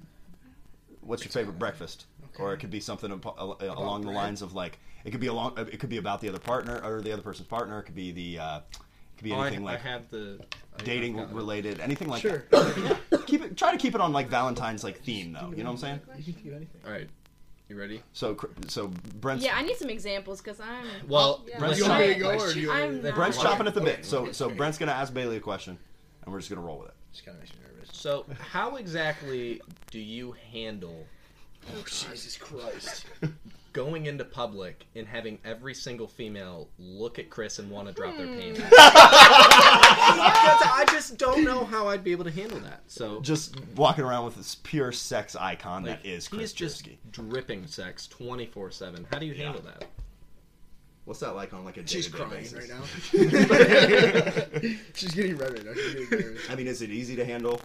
[SPEAKER 2] what's your favorite breakfast?
[SPEAKER 3] Okay.
[SPEAKER 2] Or it could be something abo- al- along the
[SPEAKER 3] bread?
[SPEAKER 2] lines of like it could be along. It could be about the other partner or the other person's partner. It could be the. Uh, it could be
[SPEAKER 1] Oh, I,
[SPEAKER 2] anything
[SPEAKER 1] I
[SPEAKER 2] like
[SPEAKER 1] have the I-
[SPEAKER 2] dating
[SPEAKER 1] I've got it.
[SPEAKER 2] related, anything like
[SPEAKER 3] Sure.
[SPEAKER 2] that. keep it. Try to keep it on like Valentine's like theme though. You know what I'm saying?
[SPEAKER 3] You can do anything.
[SPEAKER 1] All right. You ready?
[SPEAKER 2] So, cr- so Brent's,
[SPEAKER 4] Yeah, I need some examples because I'm.
[SPEAKER 1] Well,
[SPEAKER 7] yeah.
[SPEAKER 1] Brent's
[SPEAKER 3] you want me to
[SPEAKER 1] chopping,
[SPEAKER 3] go or do you want me
[SPEAKER 4] I'm
[SPEAKER 3] to-
[SPEAKER 4] not.
[SPEAKER 2] Brent's
[SPEAKER 1] Okay.
[SPEAKER 2] chopping at the bit. So,
[SPEAKER 3] Okay,
[SPEAKER 2] so
[SPEAKER 3] great.
[SPEAKER 2] Brent's gonna ask Bailey a question, and we're just gonna roll with it.
[SPEAKER 3] Just kind of makes me nervous.
[SPEAKER 1] So, how exactly do you handle
[SPEAKER 3] Oh, Jesus Christ.
[SPEAKER 1] going into public and having every single female look at Chris and want to drop
[SPEAKER 4] Hmm.
[SPEAKER 1] their pants? Because I just don't know how I'd be able to handle that. So,
[SPEAKER 2] Just walking around with this pure sex icon
[SPEAKER 1] like,
[SPEAKER 2] that is
[SPEAKER 1] he's
[SPEAKER 2] Chris
[SPEAKER 1] just
[SPEAKER 2] Jersey.
[SPEAKER 1] dripping sex twenty four seven. How do you handle that?
[SPEAKER 8] What's that like on like a
[SPEAKER 3] She's
[SPEAKER 8] day-to-day
[SPEAKER 3] crying
[SPEAKER 8] basis?
[SPEAKER 3] right now. She's getting red right now. She's getting nervous.
[SPEAKER 8] I mean, is it easy to handle?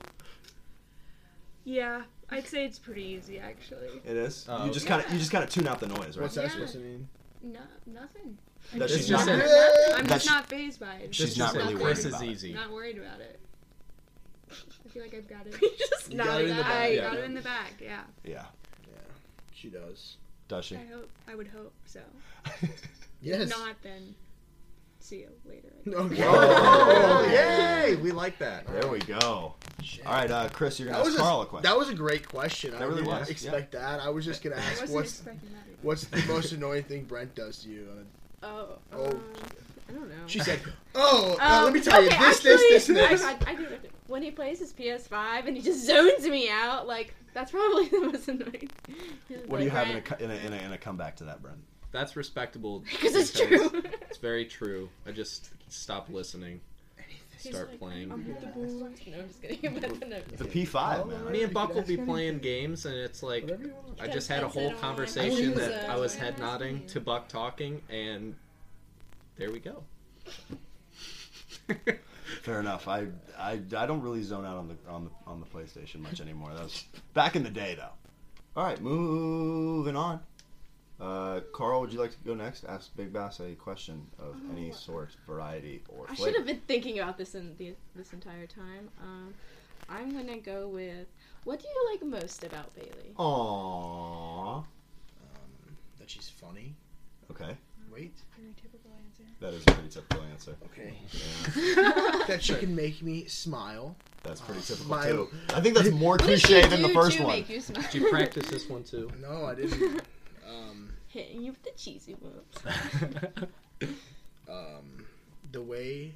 [SPEAKER 7] Yeah, I'd say it's pretty easy actually.
[SPEAKER 8] It is.
[SPEAKER 1] Oh,
[SPEAKER 8] you just
[SPEAKER 4] yeah.
[SPEAKER 8] kind of you just kind of tune out the noise, right?
[SPEAKER 3] What's that
[SPEAKER 7] Yeah.
[SPEAKER 3] supposed to mean?
[SPEAKER 7] No, nothing.
[SPEAKER 8] That's
[SPEAKER 1] It's
[SPEAKER 8] just
[SPEAKER 1] just
[SPEAKER 8] not-
[SPEAKER 1] that
[SPEAKER 7] I'm
[SPEAKER 2] That's-
[SPEAKER 7] just not phased by it.
[SPEAKER 2] She's
[SPEAKER 1] this
[SPEAKER 2] not
[SPEAKER 1] is-
[SPEAKER 2] really
[SPEAKER 7] Nothing.
[SPEAKER 2] worried
[SPEAKER 1] This
[SPEAKER 2] about
[SPEAKER 1] is
[SPEAKER 2] it.
[SPEAKER 1] easy.
[SPEAKER 7] Not worried about it. I feel like I've got it.
[SPEAKER 4] just
[SPEAKER 3] You got it in the
[SPEAKER 7] I
[SPEAKER 3] bag.
[SPEAKER 1] Yeah.
[SPEAKER 7] got it in the bag. Yeah,
[SPEAKER 2] Yeah,
[SPEAKER 3] She does.
[SPEAKER 2] does she?
[SPEAKER 7] I hope. I would hope so.
[SPEAKER 3] Yes.
[SPEAKER 7] Not then. See you later. I guess.
[SPEAKER 3] Okay.
[SPEAKER 2] Oh,
[SPEAKER 1] yay! We like that.
[SPEAKER 2] There we go.
[SPEAKER 3] Shit.
[SPEAKER 2] All right, uh, Chris, you're gonna
[SPEAKER 3] That
[SPEAKER 2] ask
[SPEAKER 3] was,
[SPEAKER 2] Carl a
[SPEAKER 3] a,
[SPEAKER 2] question.
[SPEAKER 3] that was a great question. I
[SPEAKER 2] That really
[SPEAKER 3] didn't
[SPEAKER 2] was, yeah.
[SPEAKER 3] expect that. I was just gonna
[SPEAKER 7] I
[SPEAKER 3] ask
[SPEAKER 7] wasn't
[SPEAKER 3] what's
[SPEAKER 7] expecting that. either.
[SPEAKER 3] what's the most annoying thing Brent does to you. Uh,
[SPEAKER 4] Oh.
[SPEAKER 3] Oh.
[SPEAKER 4] um, I don't know.
[SPEAKER 3] She said, "Oh, uh,
[SPEAKER 4] Um,
[SPEAKER 3] let me tell you
[SPEAKER 4] okay,
[SPEAKER 3] this, this, this, and
[SPEAKER 4] actually,
[SPEAKER 3] this."
[SPEAKER 4] I, I, I do have to- when he plays his PS5 and he just zones me out, like that's probably the most annoying.
[SPEAKER 2] What do you have in a, co- in a in a in a comeback to that, Brent?
[SPEAKER 1] That's respectable.
[SPEAKER 4] Because it's
[SPEAKER 1] because
[SPEAKER 4] true.
[SPEAKER 1] It's very true. I just stop listening. Start playing.
[SPEAKER 4] I'm with the boys. No, I'm just kidding. But no.
[SPEAKER 2] The P5, man.
[SPEAKER 1] Me
[SPEAKER 3] You
[SPEAKER 1] and
[SPEAKER 3] could
[SPEAKER 1] Buck will
[SPEAKER 3] ask
[SPEAKER 1] be
[SPEAKER 3] anything.
[SPEAKER 1] playing games, and it's like
[SPEAKER 3] Whatever you want.
[SPEAKER 1] I just had a whole
[SPEAKER 4] Depends on-
[SPEAKER 1] conversation
[SPEAKER 3] Oh,
[SPEAKER 1] that
[SPEAKER 4] yeah.
[SPEAKER 1] I was
[SPEAKER 4] Yeah.
[SPEAKER 1] head nodding to Buck talking, and there we go.
[SPEAKER 2] Fair enough. I, I I don't really zone out on the on the on the PlayStation much anymore. That was back in the day, though. All right, moving on. Uh, Carl, would you like to go next? Ask Big Bass a question of any sort, variety, or
[SPEAKER 4] I should
[SPEAKER 2] flavor.
[SPEAKER 4] have been thinking about this in the, this entire time. Um, I'm gonna go with what do you like most about Bailey?
[SPEAKER 2] Aww.
[SPEAKER 3] um, that she's funny.
[SPEAKER 2] Okay,
[SPEAKER 3] Wait.
[SPEAKER 2] that is a pretty typical answer.
[SPEAKER 3] Okay.
[SPEAKER 4] Yeah.
[SPEAKER 3] that she can make me smile.
[SPEAKER 2] That's pretty
[SPEAKER 3] Aw,
[SPEAKER 2] typical
[SPEAKER 3] smile.
[SPEAKER 2] too. I think that's more
[SPEAKER 4] What does
[SPEAKER 2] cliche
[SPEAKER 4] she
[SPEAKER 2] than the
[SPEAKER 4] do
[SPEAKER 2] first
[SPEAKER 4] to
[SPEAKER 2] one.
[SPEAKER 4] Make you smile?
[SPEAKER 1] Did you practice this one too?
[SPEAKER 3] No, I didn't. um,
[SPEAKER 4] Hitting you with the cheesy whoops.
[SPEAKER 3] um, the way.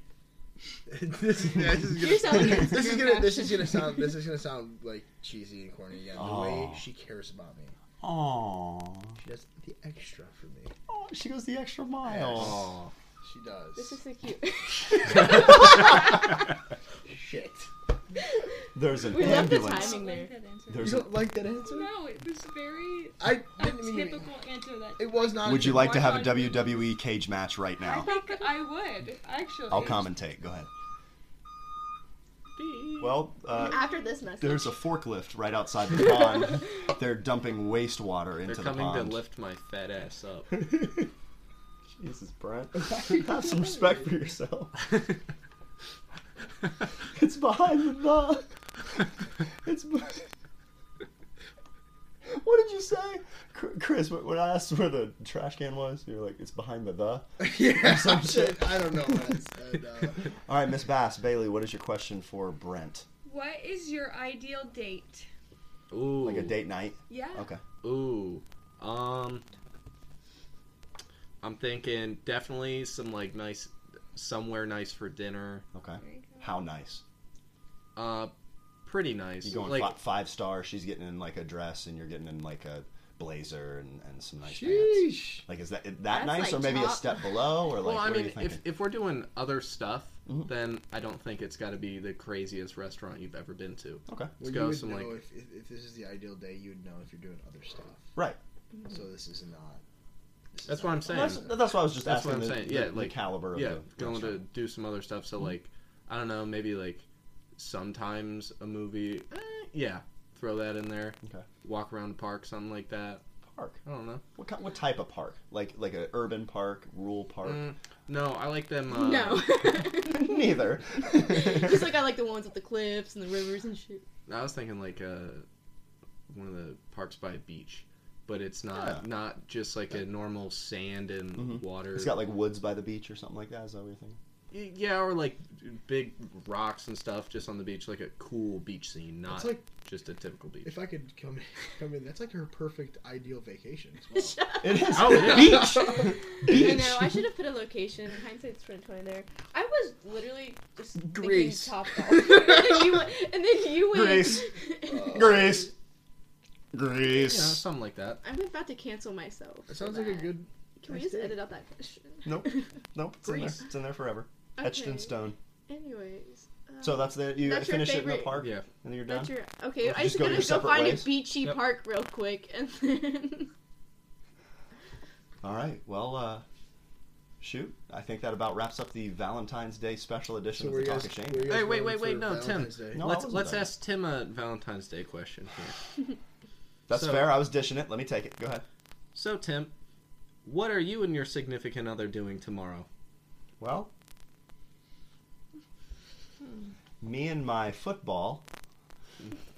[SPEAKER 3] this, is- this is
[SPEAKER 4] You're so
[SPEAKER 3] gonna.
[SPEAKER 4] against
[SPEAKER 3] this is
[SPEAKER 4] your
[SPEAKER 3] gonna. This is
[SPEAKER 4] passion.
[SPEAKER 3] gonna sound. This is gonna sound like cheesy and corny again. The way
[SPEAKER 2] Aw.
[SPEAKER 3] she cares about me.
[SPEAKER 2] Aww.
[SPEAKER 3] She does the extra for me.
[SPEAKER 2] Oh, she goes the extra mile.
[SPEAKER 1] Aw.
[SPEAKER 3] She does.
[SPEAKER 4] This is so cute.
[SPEAKER 3] shit.
[SPEAKER 2] There's an
[SPEAKER 4] We love the
[SPEAKER 2] ambulance.
[SPEAKER 4] timing there.
[SPEAKER 7] answer.
[SPEAKER 3] You
[SPEAKER 2] There's a,
[SPEAKER 3] don't like that answer?
[SPEAKER 7] No, it was very
[SPEAKER 3] I
[SPEAKER 7] a
[SPEAKER 3] didn't mean. to-
[SPEAKER 7] typical answer that.
[SPEAKER 3] It was not.
[SPEAKER 2] would you like to have a
[SPEAKER 7] Watch on-
[SPEAKER 2] WWE cage match right
[SPEAKER 7] I
[SPEAKER 2] now?
[SPEAKER 7] think I would actually.
[SPEAKER 2] I'll commentate. Go ahead. Well, uh,
[SPEAKER 4] After this message.
[SPEAKER 2] there's a forklift right outside the pond. They're dumping wastewater into
[SPEAKER 1] They're
[SPEAKER 2] the
[SPEAKER 1] coming to
[SPEAKER 2] pond.
[SPEAKER 1] lift my fat ass up.
[SPEAKER 2] Jesus, Brent. have some respect for yourself. It's behind the dog. It's. Be- what did you say, Cr- Chris? When when I asked where the trash can was, you were like, "It's behind the the."
[SPEAKER 3] yeah,
[SPEAKER 2] some shit.
[SPEAKER 3] I don't know. What I said, uh,
[SPEAKER 2] All right, Miss Bass Bailey, what is your question for Brent?
[SPEAKER 7] What is your ideal date?
[SPEAKER 1] Ooh.
[SPEAKER 2] Like a date night?
[SPEAKER 7] Yeah.
[SPEAKER 2] Okay.
[SPEAKER 1] Ooh. Um I'm thinking definitely some like nice somewhere nice for dinner.
[SPEAKER 2] Okay.
[SPEAKER 7] There you go.
[SPEAKER 2] How nice.
[SPEAKER 1] Uh pretty nice.
[SPEAKER 2] You going
[SPEAKER 1] like
[SPEAKER 2] fi- five star? She's getting in like a dress, and you're getting in like a blazer and, and some nice pants.
[SPEAKER 3] sheesh.
[SPEAKER 2] Like, is that that
[SPEAKER 4] That's
[SPEAKER 2] nice, or
[SPEAKER 4] like
[SPEAKER 2] maybe a
[SPEAKER 4] top.
[SPEAKER 2] step below, or like
[SPEAKER 1] well,
[SPEAKER 2] what
[SPEAKER 1] I
[SPEAKER 2] are you
[SPEAKER 1] mean,
[SPEAKER 2] thinking?
[SPEAKER 1] if, if we're doing other stuff,
[SPEAKER 2] Mhm.
[SPEAKER 1] then I don't think it's got to be the craziest restaurant you've ever been to.
[SPEAKER 2] Okay.
[SPEAKER 1] Let's
[SPEAKER 3] Well,
[SPEAKER 1] go
[SPEAKER 3] you would
[SPEAKER 1] some
[SPEAKER 3] know
[SPEAKER 1] like
[SPEAKER 3] if, if, if this is the ideal day, you would know if you're doing other stuff.
[SPEAKER 2] Right.
[SPEAKER 3] So this is not. This
[SPEAKER 1] That's
[SPEAKER 3] is
[SPEAKER 1] what
[SPEAKER 3] not
[SPEAKER 1] I'm
[SPEAKER 3] a
[SPEAKER 1] saying.
[SPEAKER 2] That's, that's what I was just
[SPEAKER 1] That's
[SPEAKER 2] asking.
[SPEAKER 1] what I'm
[SPEAKER 2] the,
[SPEAKER 1] saying.
[SPEAKER 2] the-
[SPEAKER 1] Yeah,
[SPEAKER 2] the
[SPEAKER 1] like-
[SPEAKER 2] caliber. Of
[SPEAKER 1] yeah,
[SPEAKER 2] the
[SPEAKER 1] going to
[SPEAKER 2] restaurant. Mm-hmm.
[SPEAKER 1] do some other stuff. So like, I don't know, maybe like sometimes a movie.
[SPEAKER 4] uh,
[SPEAKER 1] Eh, yeah, throw that in there.
[SPEAKER 2] Okay.
[SPEAKER 1] Walk around the park, something like that.
[SPEAKER 2] park.
[SPEAKER 1] I don't know.
[SPEAKER 2] What kind, What type of park? Like like an urban park, rural park?
[SPEAKER 1] Mm, no, I like them. Uh,
[SPEAKER 4] No.
[SPEAKER 2] Neither.
[SPEAKER 4] Just like I like the ones with the cliffs and the rivers and shit.
[SPEAKER 1] I was thinking like uh, one of the parks by a beach, but it's not
[SPEAKER 2] Yeah.
[SPEAKER 1] not just like a normal sand and
[SPEAKER 2] Mhm.
[SPEAKER 1] water.
[SPEAKER 2] it's got like woods by the beach or something like that. Is that what you're thinking?
[SPEAKER 1] Y- Yeah, or like big rocks and stuff just on the beach, like a cool beach scene, not
[SPEAKER 3] It's like-
[SPEAKER 1] just a typical beach.
[SPEAKER 3] If I could come in, come in, that's like her perfect ideal vacation. As well.
[SPEAKER 2] It is.
[SPEAKER 1] Oh, yeah.
[SPEAKER 2] Beach.
[SPEAKER 4] I
[SPEAKER 2] Beach.
[SPEAKER 4] know. I should have put a location. Hindsight's twenty twenty. There, I was literally just thinking
[SPEAKER 1] Greece.
[SPEAKER 4] Top golf. and, then you, and then you went.
[SPEAKER 2] Greece. Greece. Greece.
[SPEAKER 1] Yeah, something like that.
[SPEAKER 4] I'm about to cancel myself.
[SPEAKER 3] That
[SPEAKER 4] for
[SPEAKER 3] sounds like a
[SPEAKER 4] that.
[SPEAKER 3] good.
[SPEAKER 4] Can we
[SPEAKER 3] nice
[SPEAKER 4] just
[SPEAKER 3] day.
[SPEAKER 4] edit out that question?
[SPEAKER 2] Nope. Nope. It's in, there.
[SPEAKER 1] Greece.
[SPEAKER 2] it's in there forever. Etched in
[SPEAKER 4] Okay.
[SPEAKER 2] stone.
[SPEAKER 4] Anyways. uh,
[SPEAKER 2] So Um, that's the you
[SPEAKER 4] That's your
[SPEAKER 2] finish it in the
[SPEAKER 4] favorite.
[SPEAKER 2] park
[SPEAKER 1] Yeah.
[SPEAKER 2] and then you're done.
[SPEAKER 4] that's your okay.
[SPEAKER 2] Well,
[SPEAKER 4] I
[SPEAKER 2] just
[SPEAKER 4] just
[SPEAKER 2] go
[SPEAKER 4] gotta
[SPEAKER 2] your
[SPEAKER 4] go
[SPEAKER 2] separate
[SPEAKER 4] find
[SPEAKER 2] ways.
[SPEAKER 4] a beachy
[SPEAKER 1] Yep.
[SPEAKER 4] park real quick, and then
[SPEAKER 2] All right. Well, uh, shoot. I think that about wraps up the Valentine's Day special edition
[SPEAKER 3] So
[SPEAKER 2] of
[SPEAKER 3] where
[SPEAKER 2] the
[SPEAKER 3] you
[SPEAKER 2] Talk
[SPEAKER 3] guys,
[SPEAKER 2] of Shame.
[SPEAKER 3] where you guys
[SPEAKER 1] Hey, wait,
[SPEAKER 3] going
[SPEAKER 1] wait, wait,
[SPEAKER 3] for
[SPEAKER 1] no, Tim.
[SPEAKER 3] Valentine's Day?
[SPEAKER 2] No, I
[SPEAKER 1] let's
[SPEAKER 2] wasn't
[SPEAKER 1] let's
[SPEAKER 2] done.
[SPEAKER 1] ask Tim a Valentine's Day question here.
[SPEAKER 2] That's
[SPEAKER 1] So-
[SPEAKER 2] fair. I was dishing it. Let me take it. Go ahead.
[SPEAKER 1] So Tim, what are you and your significant other doing tomorrow?
[SPEAKER 2] Well, me and my football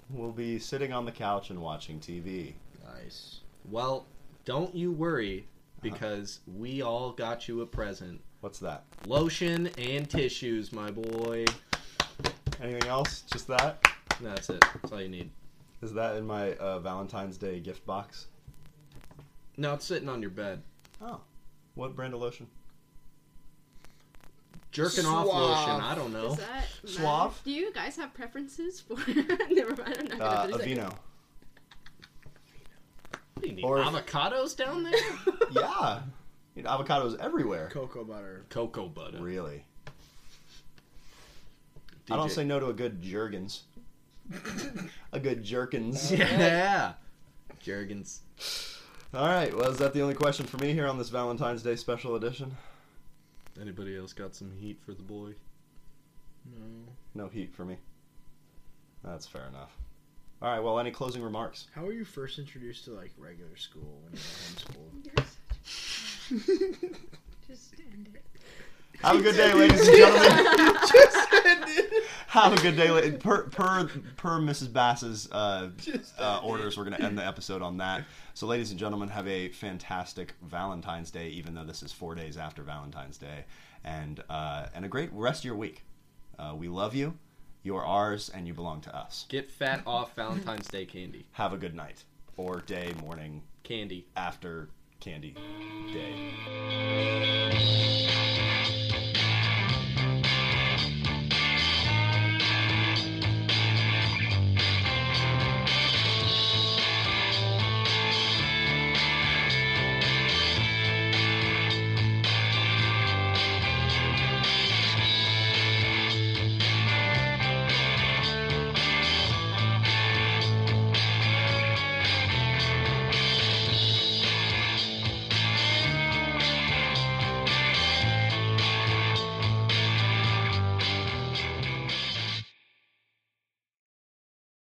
[SPEAKER 2] will be sitting on the couch and watching TV.
[SPEAKER 3] Nice.
[SPEAKER 1] Well, don't you worry
[SPEAKER 2] Uh-huh.
[SPEAKER 1] because we all got you a present.
[SPEAKER 2] What's that?
[SPEAKER 1] Lotion and tissues, my boy.
[SPEAKER 2] Anything else? Just that?
[SPEAKER 1] That's it. That's all you need.
[SPEAKER 2] Is that in my uh, Valentine's Day gift box?
[SPEAKER 1] No, it's sitting on your bed.
[SPEAKER 2] Oh. What brand of lotion?
[SPEAKER 1] Jerking off
[SPEAKER 3] Suave.
[SPEAKER 1] lotion. I don't know.
[SPEAKER 4] does that
[SPEAKER 2] Suave?
[SPEAKER 4] matter? Do you guys have preferences for? Never mind. I'm not gonna
[SPEAKER 2] Uh,
[SPEAKER 4] finish
[SPEAKER 2] Aveeno.
[SPEAKER 1] What do you need?
[SPEAKER 2] Or-
[SPEAKER 1] Avocados down there?
[SPEAKER 2] yeah. You know, avocados everywhere.
[SPEAKER 3] Cocoa butter.
[SPEAKER 1] Cocoa butter.
[SPEAKER 2] Really?
[SPEAKER 1] DJ.
[SPEAKER 2] I don't say no to a good Jergens. a good Jerkins.
[SPEAKER 1] Yeah. Jergens.
[SPEAKER 2] All right. Well, is that the only question for me here on this Valentine's Day special edition?
[SPEAKER 1] Anybody else got some heat for the boy?
[SPEAKER 3] No.
[SPEAKER 2] No heat for me. That's fair enough. All right. Well, any closing remarks?
[SPEAKER 3] How were you first introduced to like regular school when you
[SPEAKER 7] You're
[SPEAKER 3] were homeschooled?
[SPEAKER 7] Just end it.
[SPEAKER 2] Have a good day, ladies and gentlemen. Have a good day. la- Per per per Mrs. Bass's uh, uh, orders, we're going to end the episode on that. So, ladies and gentlemen, have a fantastic Valentine's Day, even though this is four days after Valentine's Day, and uh, and a great rest of your week. Uh, we love you. You are ours, and you belong to us.
[SPEAKER 1] Get fat off Valentine's Day candy.
[SPEAKER 2] Have a good night, or day, morning,
[SPEAKER 1] Candy.
[SPEAKER 2] after candy day.